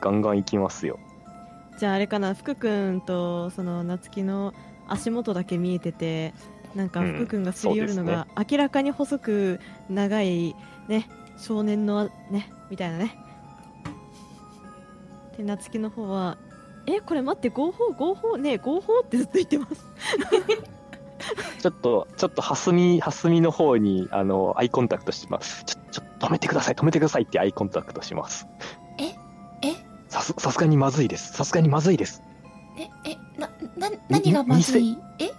C: ガンガン行きますよ
B: じゃああれかな福君とその夏希の足元だけ見えててなんか
C: うん
B: 福君がすり寄るの
C: そ
B: が明らかに細く長いね少年のねみたいなねで夏希の方は「えこれ待って合法合法ねえ合法」ってずっと言ってます
C: ちょっとちょっと蓮見蓮見の方にあのアイコンタクトしますちょちょっと止めてください止めてくださいってアイコンタクトします
A: ええ
C: さすさすがにまずいですさすがにまずいです
A: ええなな何がまずいえ
C: い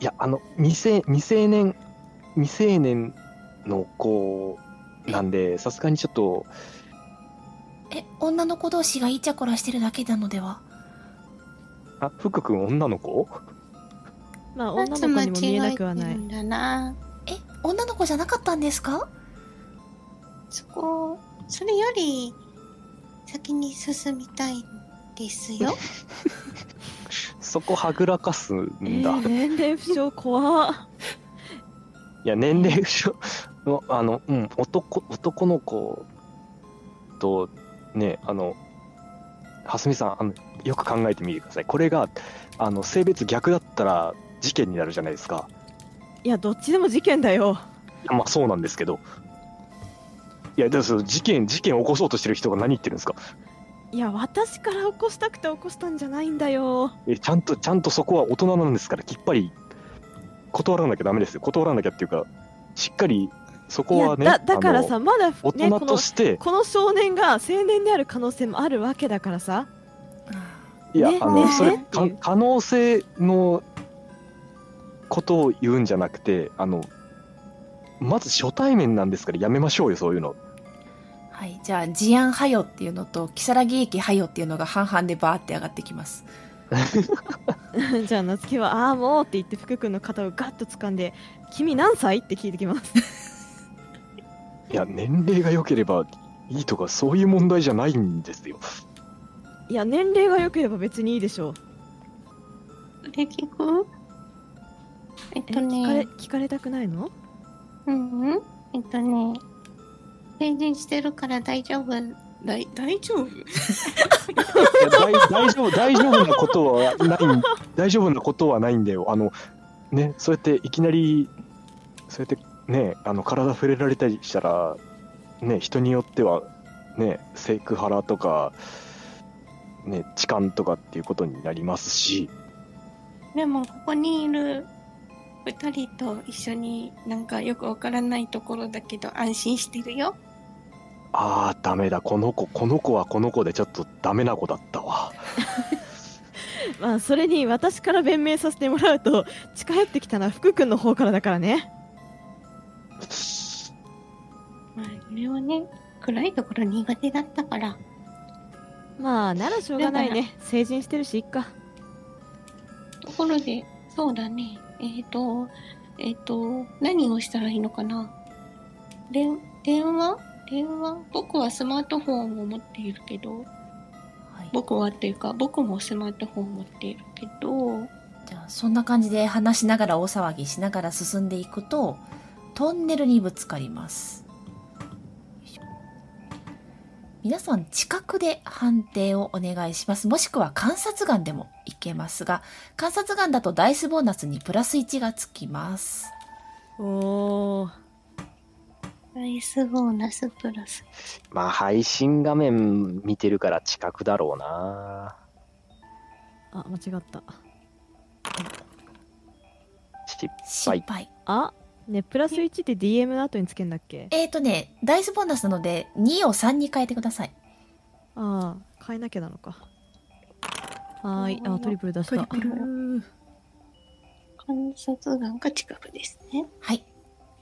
C: やあの未成未成年未成年の子なんでさすがにちょっと
A: え女の子同士がイチャコラしてるだけなのでは
C: あ福君女の子
B: まあ女の子にも見えなくはな
E: 間違え
B: い
E: てるんだな。
A: え女の子じゃなかったんですか
E: そこ、それより先に進みたいんです よ。
C: そこはぐらかす
B: え
C: んだ、
B: ー、年齢不詳怖っ
C: いや年齢不詳のあのうん男男の子とねあの蓮見さんあのよく考えてみてくださいこれがあの性別逆だったら事件になるじゃないですか
B: いやどっちでも事件だよ
C: まあそうなんですけどいやでもその事件事件を起こそうとしてる人が何言ってるんですか
B: いや私から起こしたくて起こしたんじゃないんだよ
C: えちゃんとちゃんとそこは大人なんですからきっぱり断らなきゃダメですよ断らなきゃっていうかしっかりそこ
B: い
C: は
B: や
C: ね
B: だだから
C: あ
B: さ
C: の
B: まだね
C: 大人
B: ことの
C: して、
B: この少年が青年である可能性もあるわけだからさ
C: いや、
B: ね
C: あの、
B: ね
C: それ
B: ね
C: か可能性のことを言うんじゃなくてあのまず初対面なんですからやめましょうよそういうの
A: はいじゃあ事案はよっていうのと如月駅はよっていうのが半々でバーって上がってきます
B: じゃあ夏希は「ああもう」って言って福君の肩をガッと掴んで「君何歳?」って聞いてきます
C: いや年齢が良ければいいとかそういう問題じゃないんですよ
B: いや年齢が良ければ別にいいでしょう
E: それ聞くえっ
B: え
E: と
B: 聞かれ
E: ね、
B: 聞かれたくないの
E: うんうん。えっとね、成人してるから大丈夫。
D: だい大丈夫
C: いや大大丈夫大丈夫なことはない大丈夫なことはないんだよあのねそうやっていきなりそうやってねあの体触れられたりしたらね人によってはねセクハラとかね痴漢とかっていうことになりますし
E: でも、ここにいる
D: 二人と一緒になんかよくわからないところだけど安心してるよ
C: あーダメだこの子この子はこの子でちょっとダメな子だったわ
B: まあそれに私から弁明させてもらうと近寄ってきたのは福君の方からだからね
E: まあ、俺はね、暗いところ苦手だったから。
B: まあならしょうがないね成人してるしいっか
E: ところで、そうだね。えっ、と、えっ、と、何をしたらいいのかなで電話電話僕はスマートフォンを持っているけど、
A: はい
E: 僕はっていうか、僕もスマートフォンを持っているけど、
A: じゃあそんな感じで話しながら大騒ぎしながら進んでいくとトンネルにぶつかります皆さん近くで判定をお願いしますもしくは観察眼でもいけますが観察眼だとダイスボーナスにプラス1がつきます
B: おー
E: ダイスボーナスプラス。
C: まあ配信画面見てるから近くだろうな
B: あ間違った
C: 失
A: 失敗、
B: あねプラス1って DM の後につけんだっけ
A: えーとねダイスボーナスなので2を3に変えてください
B: ああ変えなきゃなのかはーいあトリプル出した
E: トリプ観察眼が近くですね。
A: はい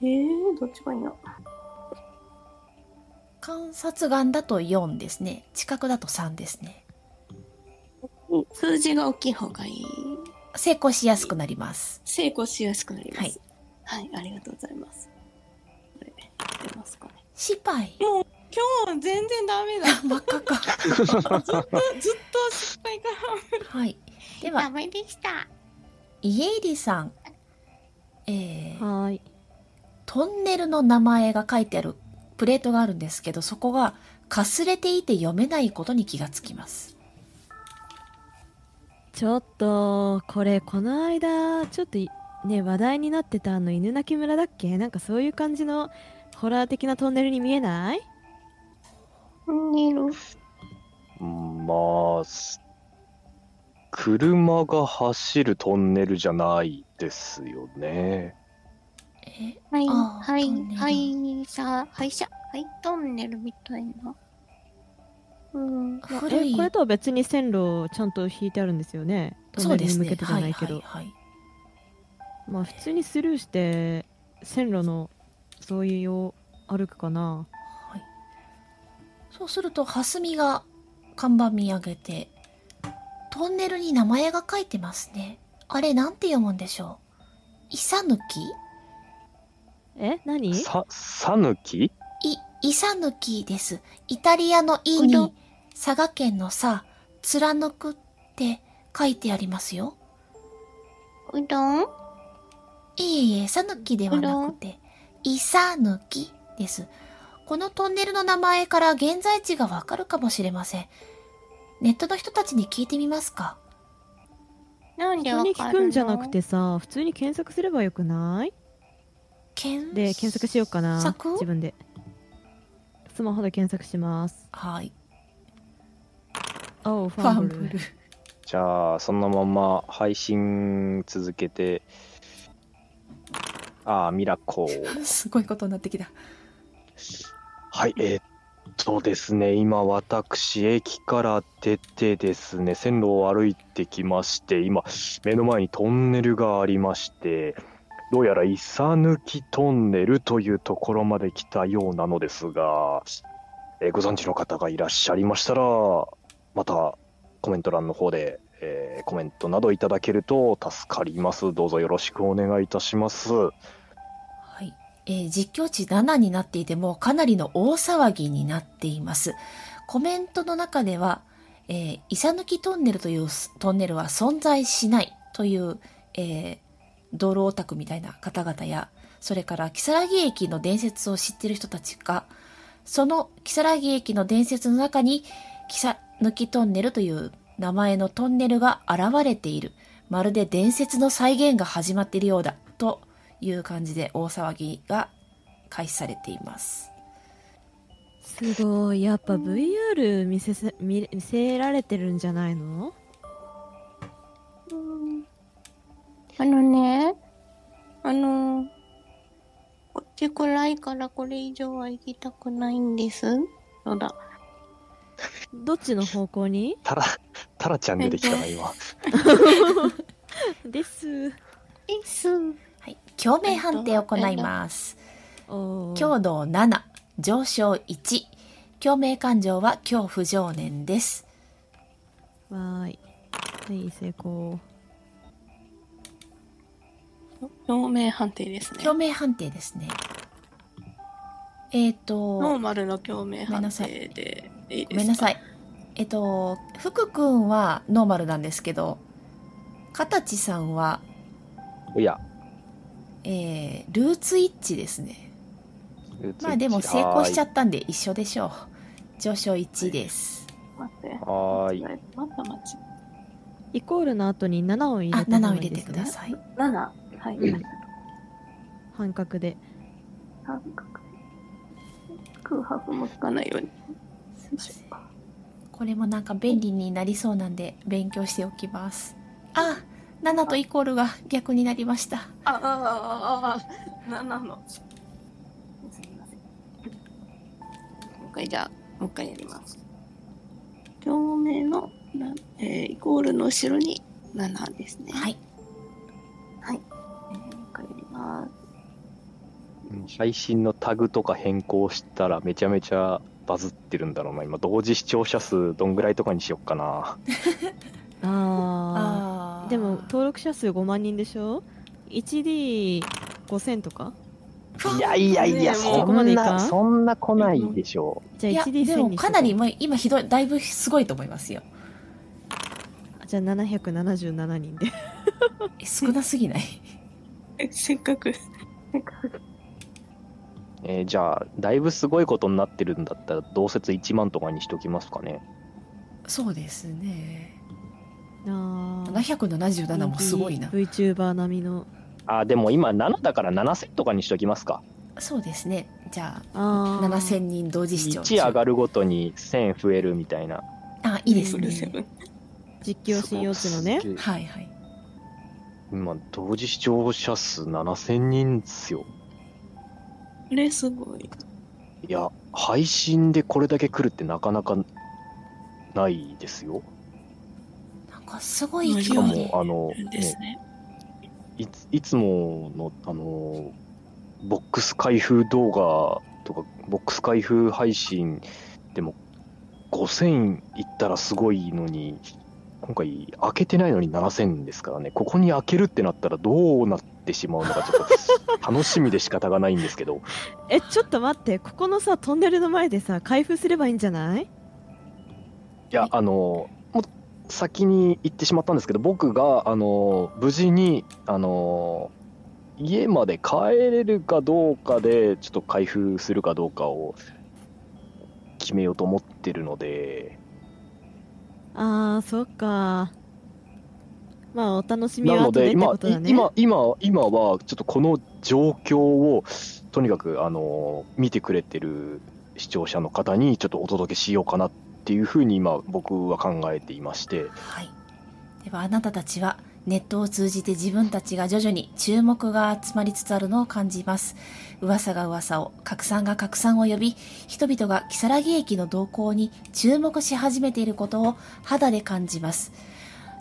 E: えー、どっちがいいの
A: 観察眼だと4ですね知覚だと3ですね
E: 数字が大きい方がいい。
A: 成功しやすくなります
E: 成功しやすくなります。はい、ありがとうございます。これ、出ますかね。
A: 失敗
D: 今日全然ダメだ。
A: 真っ赤か
D: ずっと失敗か
A: はいでは
E: メでした。
A: 家入さんえー、
B: はーい。
A: トンネルの名前が書いてあるプレートがあるんですけどそこがかすれていて読めないことに気がつきます
B: ちょっと、これ、この間、ちょっとい、ね、話題になってたあの、犬鳴村だっけなんかそういう感じの、ホラー的なトンネルに見えない
E: 寝る。
C: うんまあ、す車が走るトンネルじゃないですよね。
A: え
E: はい、
A: あー
E: はい
A: トンネ、ル
E: はい、さ、はい、しゃ、はい、トンネルみたいな。うん。
A: 古
B: え
A: い
B: これとは別に線路ちゃんと引いてあるんですよねト
A: そ
B: ン
A: うで
B: ネルに
A: す
B: 向
A: ね
B: けてじゃないけど、
A: はいはいはい
B: まあ普通にスルーして線路のそういうを歩くかな
A: はい、そうすると蓮見が看板見上げて「トンネルに名前が書いてますねあれなんて読むんでしょうイサヌキ
B: え何
C: さ、さぬき
A: いイサヌキですイタリアの「イ」に
E: これ
A: 佐賀県の「さ」「貫く」って書いてありますよ
E: うどん
A: いえいえ、さぬきではなくて、いさぬきです。このトンネルの名前から現在地がわかるかもしれません。ネットの人たちに聞いてみますか
E: なんで
B: 普通
E: わ
B: に
E: か
B: 聞
E: る
B: く
E: の
B: んじゃなく。てさ普通に検索すればよくない
A: 検
B: で検索しようかな
A: 索
B: 自分でスマホで検索します
A: はい。
B: おうファンブル
C: じゃあ、そのまま配信続けて、ああ、ミラコー。
A: ル。 すごいことになってきた。
C: はい、えーっとですね、今、私、駅から出てですね、線路を歩いてきまして、今、目の前にトンネルがありまして、どうやらイサヌキトンネルというところまで来たようなのですが、えーご存知の方がいらっしゃいましたら、またコメント欄の方で、えーコメントなどいただけると助かります。どうぞよろしくお願いいたします。
A: はい。えー実況値7になっていて、もうかなりの大騒ぎになっています。コメントの中では、えー、イサヌキトンネルというすトンネルは存在しないという、えー道路オタクみたいな方々や、それから、木更木駅の伝説を知ってる人たちが、その木更木駅の伝説の中に、木更木トンネルという名前のトンネルが現れている。まるで伝説の再現が始まっているようだ。という感じで大騒ぎが開始されています。
B: すごいやっぱ VR 見せせ見れ見せられてるんじゃないの
E: うんあのね、あのこっち暗いからこれ以上は行きたくないんです。そうだ。
B: どっちの方向に
C: タラ、タラちゃん出てきたな、今。
B: です
E: です。
A: はい、共鳴判定を行います。
B: おー
A: 強度7、上昇1。共鳴感情は恐怖情念です。
B: わーい。はい、成功。
E: 表明判定ですね。
A: 共鳴判定ですね。えっ、と、
E: ノー
A: ご
E: マルの共鳴判定でいいですか
A: めんなさい。えっ、と、福くんはノーマルなんですけど、かたちさんは、
C: おや、
A: えー、ルーツイッチですね。
C: うつ
A: まあでも
C: ち
A: 成功しちゃ
C: は
A: ったんで一緒でしょう。上昇1です。
E: 待って。
C: ーい。はーい。
E: また待ち。
B: イコールの後に7を入
A: あ、
B: れて、ね、
A: 7を入れてください。
E: 七。はい。
C: うん
B: い。半角で。
E: 三角空白もつかないように。よいしょ
A: これもなんか便利になりそうなんで勉強しておきますあ7とイコールが逆になりました
E: あああああ七の。すみません。もう一回じゃあもう一回やります。共鳴のな、えー、イコールの後ろに七ですね。。
A: はいい
E: えー、もう一回やります。
C: 配信のタグとか変更したらめちゃめちゃバズってるんだろうな今同時視聴者数どんぐらいとかにしよっかな
B: あ
A: あ
B: あ
A: ー
B: でも登録者数5万人でしょ 1D5000 とか
C: いやいやいや
D: ね
B: も
C: そ
B: うここまで
C: ん
B: いか
C: なんそんな来ないでしょ
B: じ
A: い
B: ゃ
A: や
B: あ 1D1000 にし
A: で
B: とこ
A: も
B: う
A: かなりもう今ひどいだいぶすごいと思いますよ
B: じゃあ777人で
A: え少なすぎない
D: え せっかく。
C: う、えーじゃあだいぶすごいことになってるんだったら同説1万とかにしときますかね
A: そうですね
B: ああ
A: 777もすごいな
B: VTuber 並みの
C: あーでも今7だから7000とかにしときますか
A: そうですねじゃあ
B: ああ
A: 7000人同時視聴
C: 1上がるごとに1000増えるみたいな
A: あいいです
D: ブルーセ
A: ね
D: ブン
B: 実況信用値のね
C: すげえ
A: はいはい
C: 今同時視聴者数7000人っすよ
D: あれ、すごい。
C: いや配信でこれだけ来るってなかなかないですよ
A: なんかすごい勢い
C: しか
D: うん
A: で
C: もあの、
D: です
C: ね、
D: ね。
C: いついつものあのボックス開封動画とかボックス開封配信でも5000いったらすごいのに今回開けてないのに7000ですからねここに開けるってなったらどうなってしまうのかちょっと楽しみで仕方がないんですけど
B: えちょっと待ってここのさトンネルの前でさ開封すればいいんじゃない
C: いや、あの、もう先に行ってしまったんですけど、僕が、あの、無事に、あの、家まで帰れるかどうかで、ちょっと開封するかどうかを決めようと思ってるので、
B: あーそっかまあお楽しみ
C: な
B: は
C: の
B: 後で
C: で、
B: って
C: 今、
B: ことだ
C: い
B: ね
C: 今、今、今は、ちょっとこの状況を、とにかく、あの、見てくれてる視聴者の方に、ちょっとお届けしようかなっていうふうに、今、僕は考えていまして、
A: はい、ではあなたたちはネットを通じて自分たちが徐々に注目が集まりつつあるのを感じます噂が噂を拡散が拡散を呼び人々が如月駅の動向に注目し始めていることを肌で感じます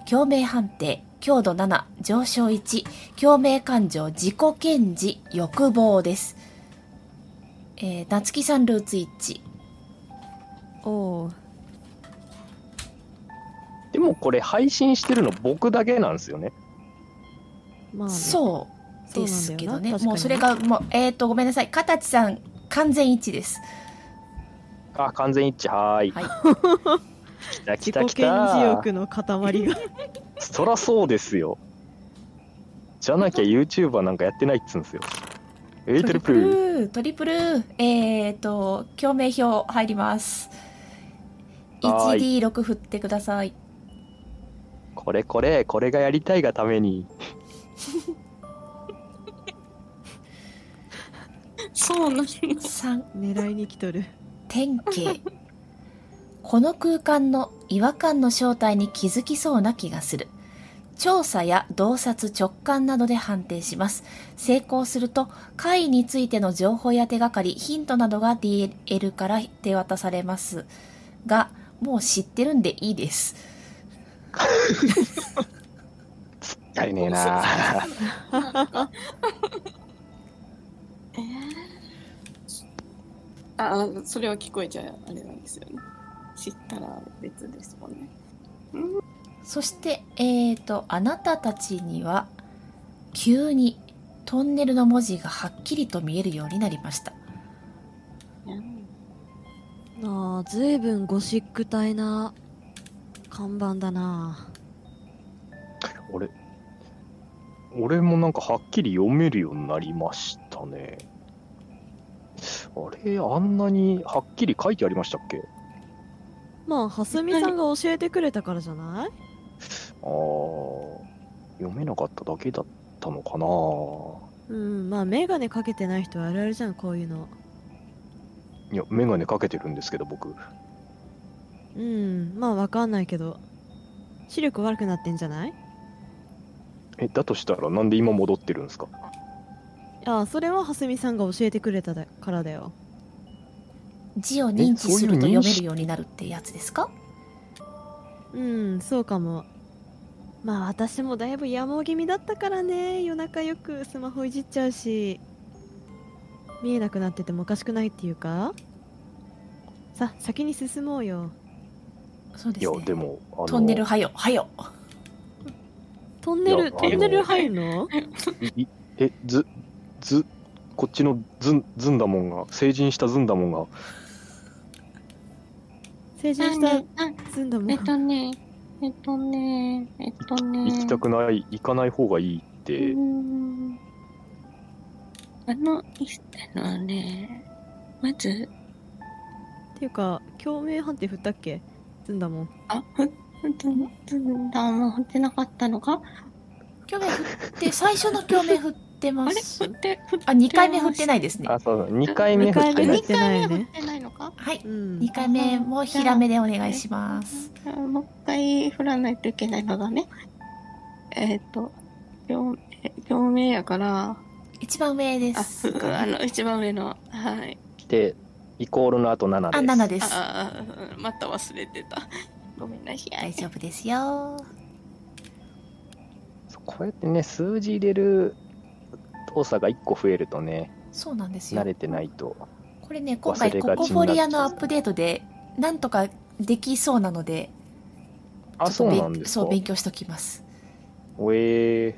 A: 共鳴判定強度7上昇1共鳴感情自己顕示欲望ですえー、夏木さんルーツ1
B: おう
C: でもこれ配信してるの僕だけなんですよね。
B: まあね、
A: そう
B: そう
A: で
B: なんだよ
A: すけどね
B: な確かに
A: もうそれがもうえっ、とごめんなさいかたちさん完全一致です
C: あ、完全一致、はーい。
A: はい
C: 来た来
B: 自己
C: た
B: 顕
C: 来た
B: 示欲の塊が
C: そらそうですよ。じゃなきゃ YouTuber なんかやってないっつうんですよ。エイトルプー。
A: ルトリプルえっ、と共鳴票入ります
C: は
A: 1D6 振ってください
C: これこれ、これがやりたいがために。
D: そうなの。
A: 3
B: 狙いに来と る
A: 天慶この空間の違和感の正体に気づきそうな気がする調査や洞察直感などで判定します成功すると会についての情報や手がかりヒントなどが DL から手渡されますがもう知ってるんでいいです
C: やりねえなあ
D: えーああ、それは聞こえちゃあれなんですよね。知ったら別ですもんね。
A: そしてえーとあなたたちには急にトンネルの文字がはっきりと見えるようになりました
B: ああずいぶんゴシック体な看板だな
C: 俺、俺もなんかはっきり読めるようになりましたね。あれ、あんなにはっきり書いてありましたっけ
B: まあ蓮見さんが教えてくれたからじゃない
C: あー読めなかっただけだったのかな
B: うんまあ眼鏡かけてない人はあるあるじゃんこういうの
C: いや眼鏡かけてるんですけど僕
B: うんまあわかんないけど視力悪くなってんじゃない
C: えだとしたらなんで今戻ってるんですか
B: ああそれは蓮見さんが教えてくれただからだよ
A: 字を認知すると
C: えそういう認
A: 読
C: 識
A: めるようになるってやつですか
B: うんそうかもまあ私もだいぶ野望気味だったからね夜中よくスマホいじっちゃうし見えなくなっててもおかしくないっていうかさ先に進もうよ
A: そうで
C: いや
A: すね
C: でもあの
A: トンネルはよはよ
B: トンネ
C: いや
B: ルトンネ
C: あ
B: ル
C: の
B: 入るの
C: いいえずずこっちのずんずんだもんが成人したずんだもんが
B: 成人し
D: な
B: た
D: んであ
B: ずんだも
D: えっ
B: ん
D: とね、えっとね、えっとね。
C: 行きたくない行かない方がいいって
D: うーんあの、いあのね、まず、
B: っていうか共鳴判定振ったっけずんだもん
D: あ、ふ、ふつん、つんだも振ってなかったのか
A: 共鳴振って最初の共鳴振って
D: あ
A: ま
D: れ
A: す
D: 振って、振って
A: あ二回目振ってないですね
C: あそうだ2回目
B: 二回
C: 振
B: 目
C: って
B: 振って
C: ない
B: ないよ
D: 振っ
B: ね
D: てないのか
A: はい
B: うん
A: 二回目もひらめでお願いします
D: あもう一回振らないといけないのだね。えっ、と、表表明やから、
A: 一番上で
D: あ、
A: す
D: ふあの、一番上の、はい。
C: でイコールの後7です
A: あ七です
D: あああ、また忘れてた。ごめんなさい。
A: 大丈夫ですよ
C: そうこうやってね数字入れる動作が1個増えるとね
A: そうなんですよ
C: 慣れてないと
A: これね今回
C: 忘れ
A: コ
C: がち
A: コ
C: になっちゃう
A: フォリアのアップデートでなんとかできそうなので
C: あ
A: ち
C: そ
A: ょっ
C: う
A: とべ
C: なんです
A: そ
C: か
A: う勉強しときます
C: おえ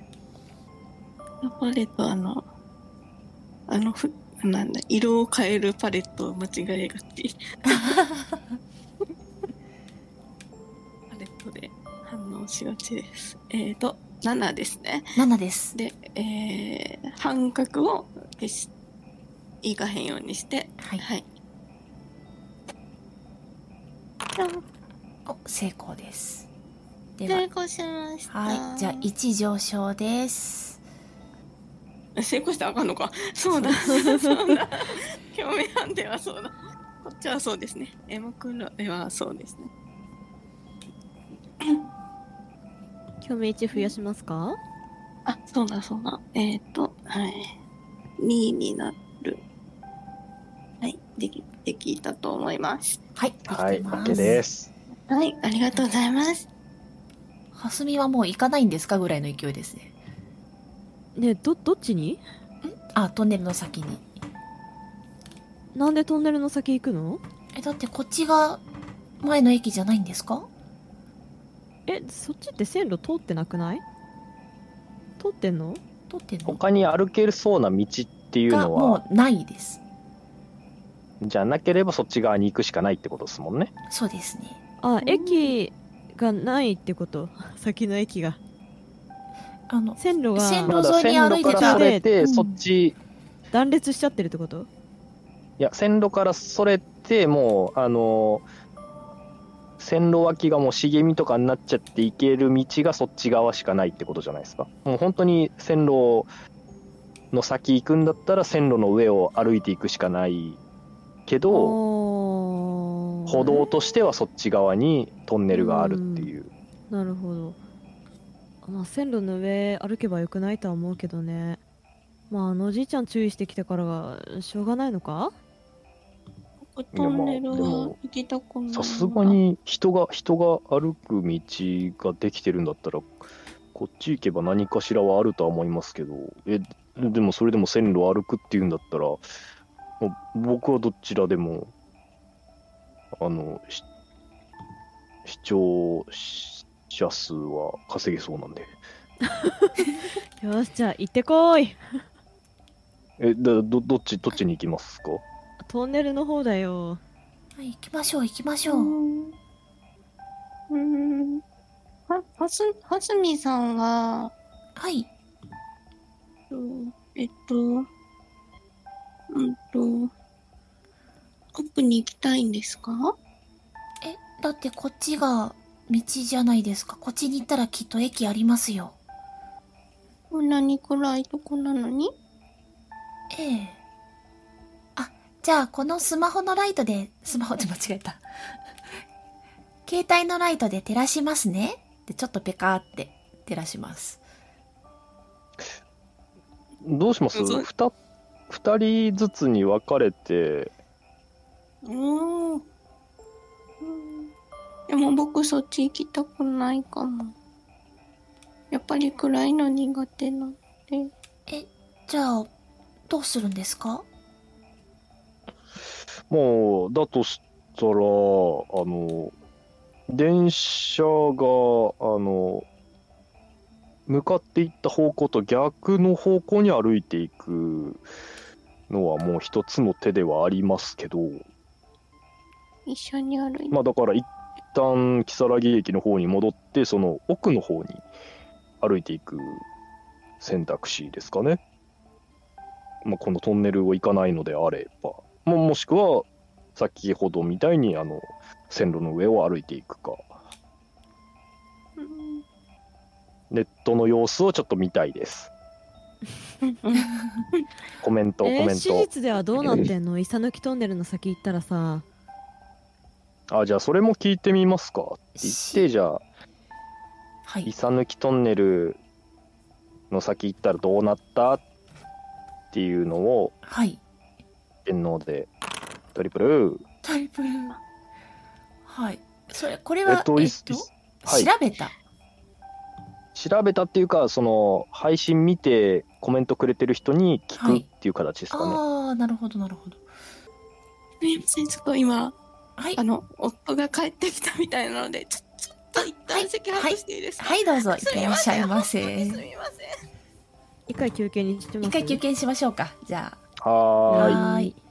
D: のパレットあのあのふなんだ色を変えるパレットを間違えがちパレットで反応しがちですえーと7ですね
A: 7です
D: で、えー、半角を消しいかへんようにして
A: はい
D: はい
A: お成功ですで
D: 成
A: は
D: 功しました
A: はいじゃあ1上昇です
D: 成功したらあかんのかそ うだそうだ表面判定はそうだこっちはそうですねエモクロではそうですね
B: 共鳴値増やしますか
D: あ、そうだそうだ。えっ、と、はい。2になる。はい。でき、できたと思います。
A: はいで
C: ー、はい
A: きて
C: OK
A: ます、
C: です
D: はい。ありがとうございます。
A: はすみはもう行かないんですかぐらいの勢いですね
B: ねえどどっちに
A: あトンネルの先に
B: なんでトンネルの先行くの
A: えだってこっちが前の駅じゃないんですか
B: えそっちって線路通ってなくない通ってんの
A: 通ってんの
C: 他に歩けそうな道っていう
A: が
C: のは
A: もうないです
C: じゃなければそっち側に行くしかないってことですもんね
A: そうですね
B: あ
D: ん
B: 駅がないってこと 先の駅が
A: あの
B: 線路
A: 線
B: が
A: 路沿いに歩いて
C: から
A: た
C: それて、
A: うん
C: そっち
B: 断裂しちゃってるってこと
C: いや線路からそれてもうあの線路脇がもう茂みとかになっちゃって行ける道がそっち側しかないってことじゃないですかもう本当に線路の先行くんだったら線路の上を歩いていくしかないけど
B: おー
C: 歩道としてはそっち側にトンネルがあるっていう、
B: なるほど、まあ、線路の上歩けばよくないとは思うけどねまああのおじいちゃん注意してきてからはしょうがないのか
D: トンネル
C: で
D: は
C: も
D: 行きたくない。
C: さすが。に人が人が歩く道ができてるんだったらこっち行けば何かしらはあるとは思いますけどえでもそれでも線路を歩くっていうんだったらもう僕はどちらでもあのし視聴者数は稼げそうなんで
B: よしじゃあ行ってこい
C: えだどどっちどっちに行きますか
B: トンネルの方だよ
A: はい、行きましょう行きまし
D: う
A: ょう、
D: ん。うん。は、はす、はすみさんは、
A: はい
D: うんえっと、うんと、アップに行きたいんですか
A: えだってこっちが道じゃないですかこっちに行ったらきっと駅ありますよ
D: こんなに暗いとこなのに
A: ええあじゃあこのスマホのライトでスマホって間違えた携帯のライトで照らしますねでちょっとペカーって照らします
C: どうします
D: うそ
C: 2, 人ずつに分かれて
D: おーうんでも僕そっち行きたくないかも。やっぱり暗いの苦手なので。
A: じゃあどうするんですか
C: もうだとしったら、あの、電車が、あの、向かっていった方向と逆の方向に歩いていくのはもう一つの手ではありますけど、
E: 一緒に歩いて
C: まあだから一旦木更木駅の方に戻って、その奥の方に歩いていく選択肢ですかね。まあ、このトンネルを行かないのであれば、ももしくは先ほどみたいにあの線路の上を歩いていくか、
E: うん
C: ネットの様子をちょっと見たいです。コメント、コ
B: えー、
C: メン
B: 史
C: ト。
B: 実ではどうなってんの伊 佐抜きトンネルの先行ったらさ
C: あ、じゃあそれも聞いてみますかって言って、じゃあ、
A: はい
C: イサ抜きトンネルの先行ったらどうなったっていうのを
A: はい
C: 天皇でトリプル
A: トリプルはいそれこれ
C: え
A: は、
C: っと、い
A: え
C: っ
A: っと
C: はい
A: 調べた
C: 調べたっていうかその配信見てコメントくれてる人に聞くっていう形ですかね、
A: ああなるほどなるほど
E: すみません、ちょっと今、
A: はい
E: あの、夫が帰ってきたみたいなので、ちょちょっと一旦席外していいですか、
A: はいどうぞいってらっしゃいませ
E: すみません。
B: 一回休憩にしてます
A: 一回休憩しましょうかじゃ
C: はーい
A: はーい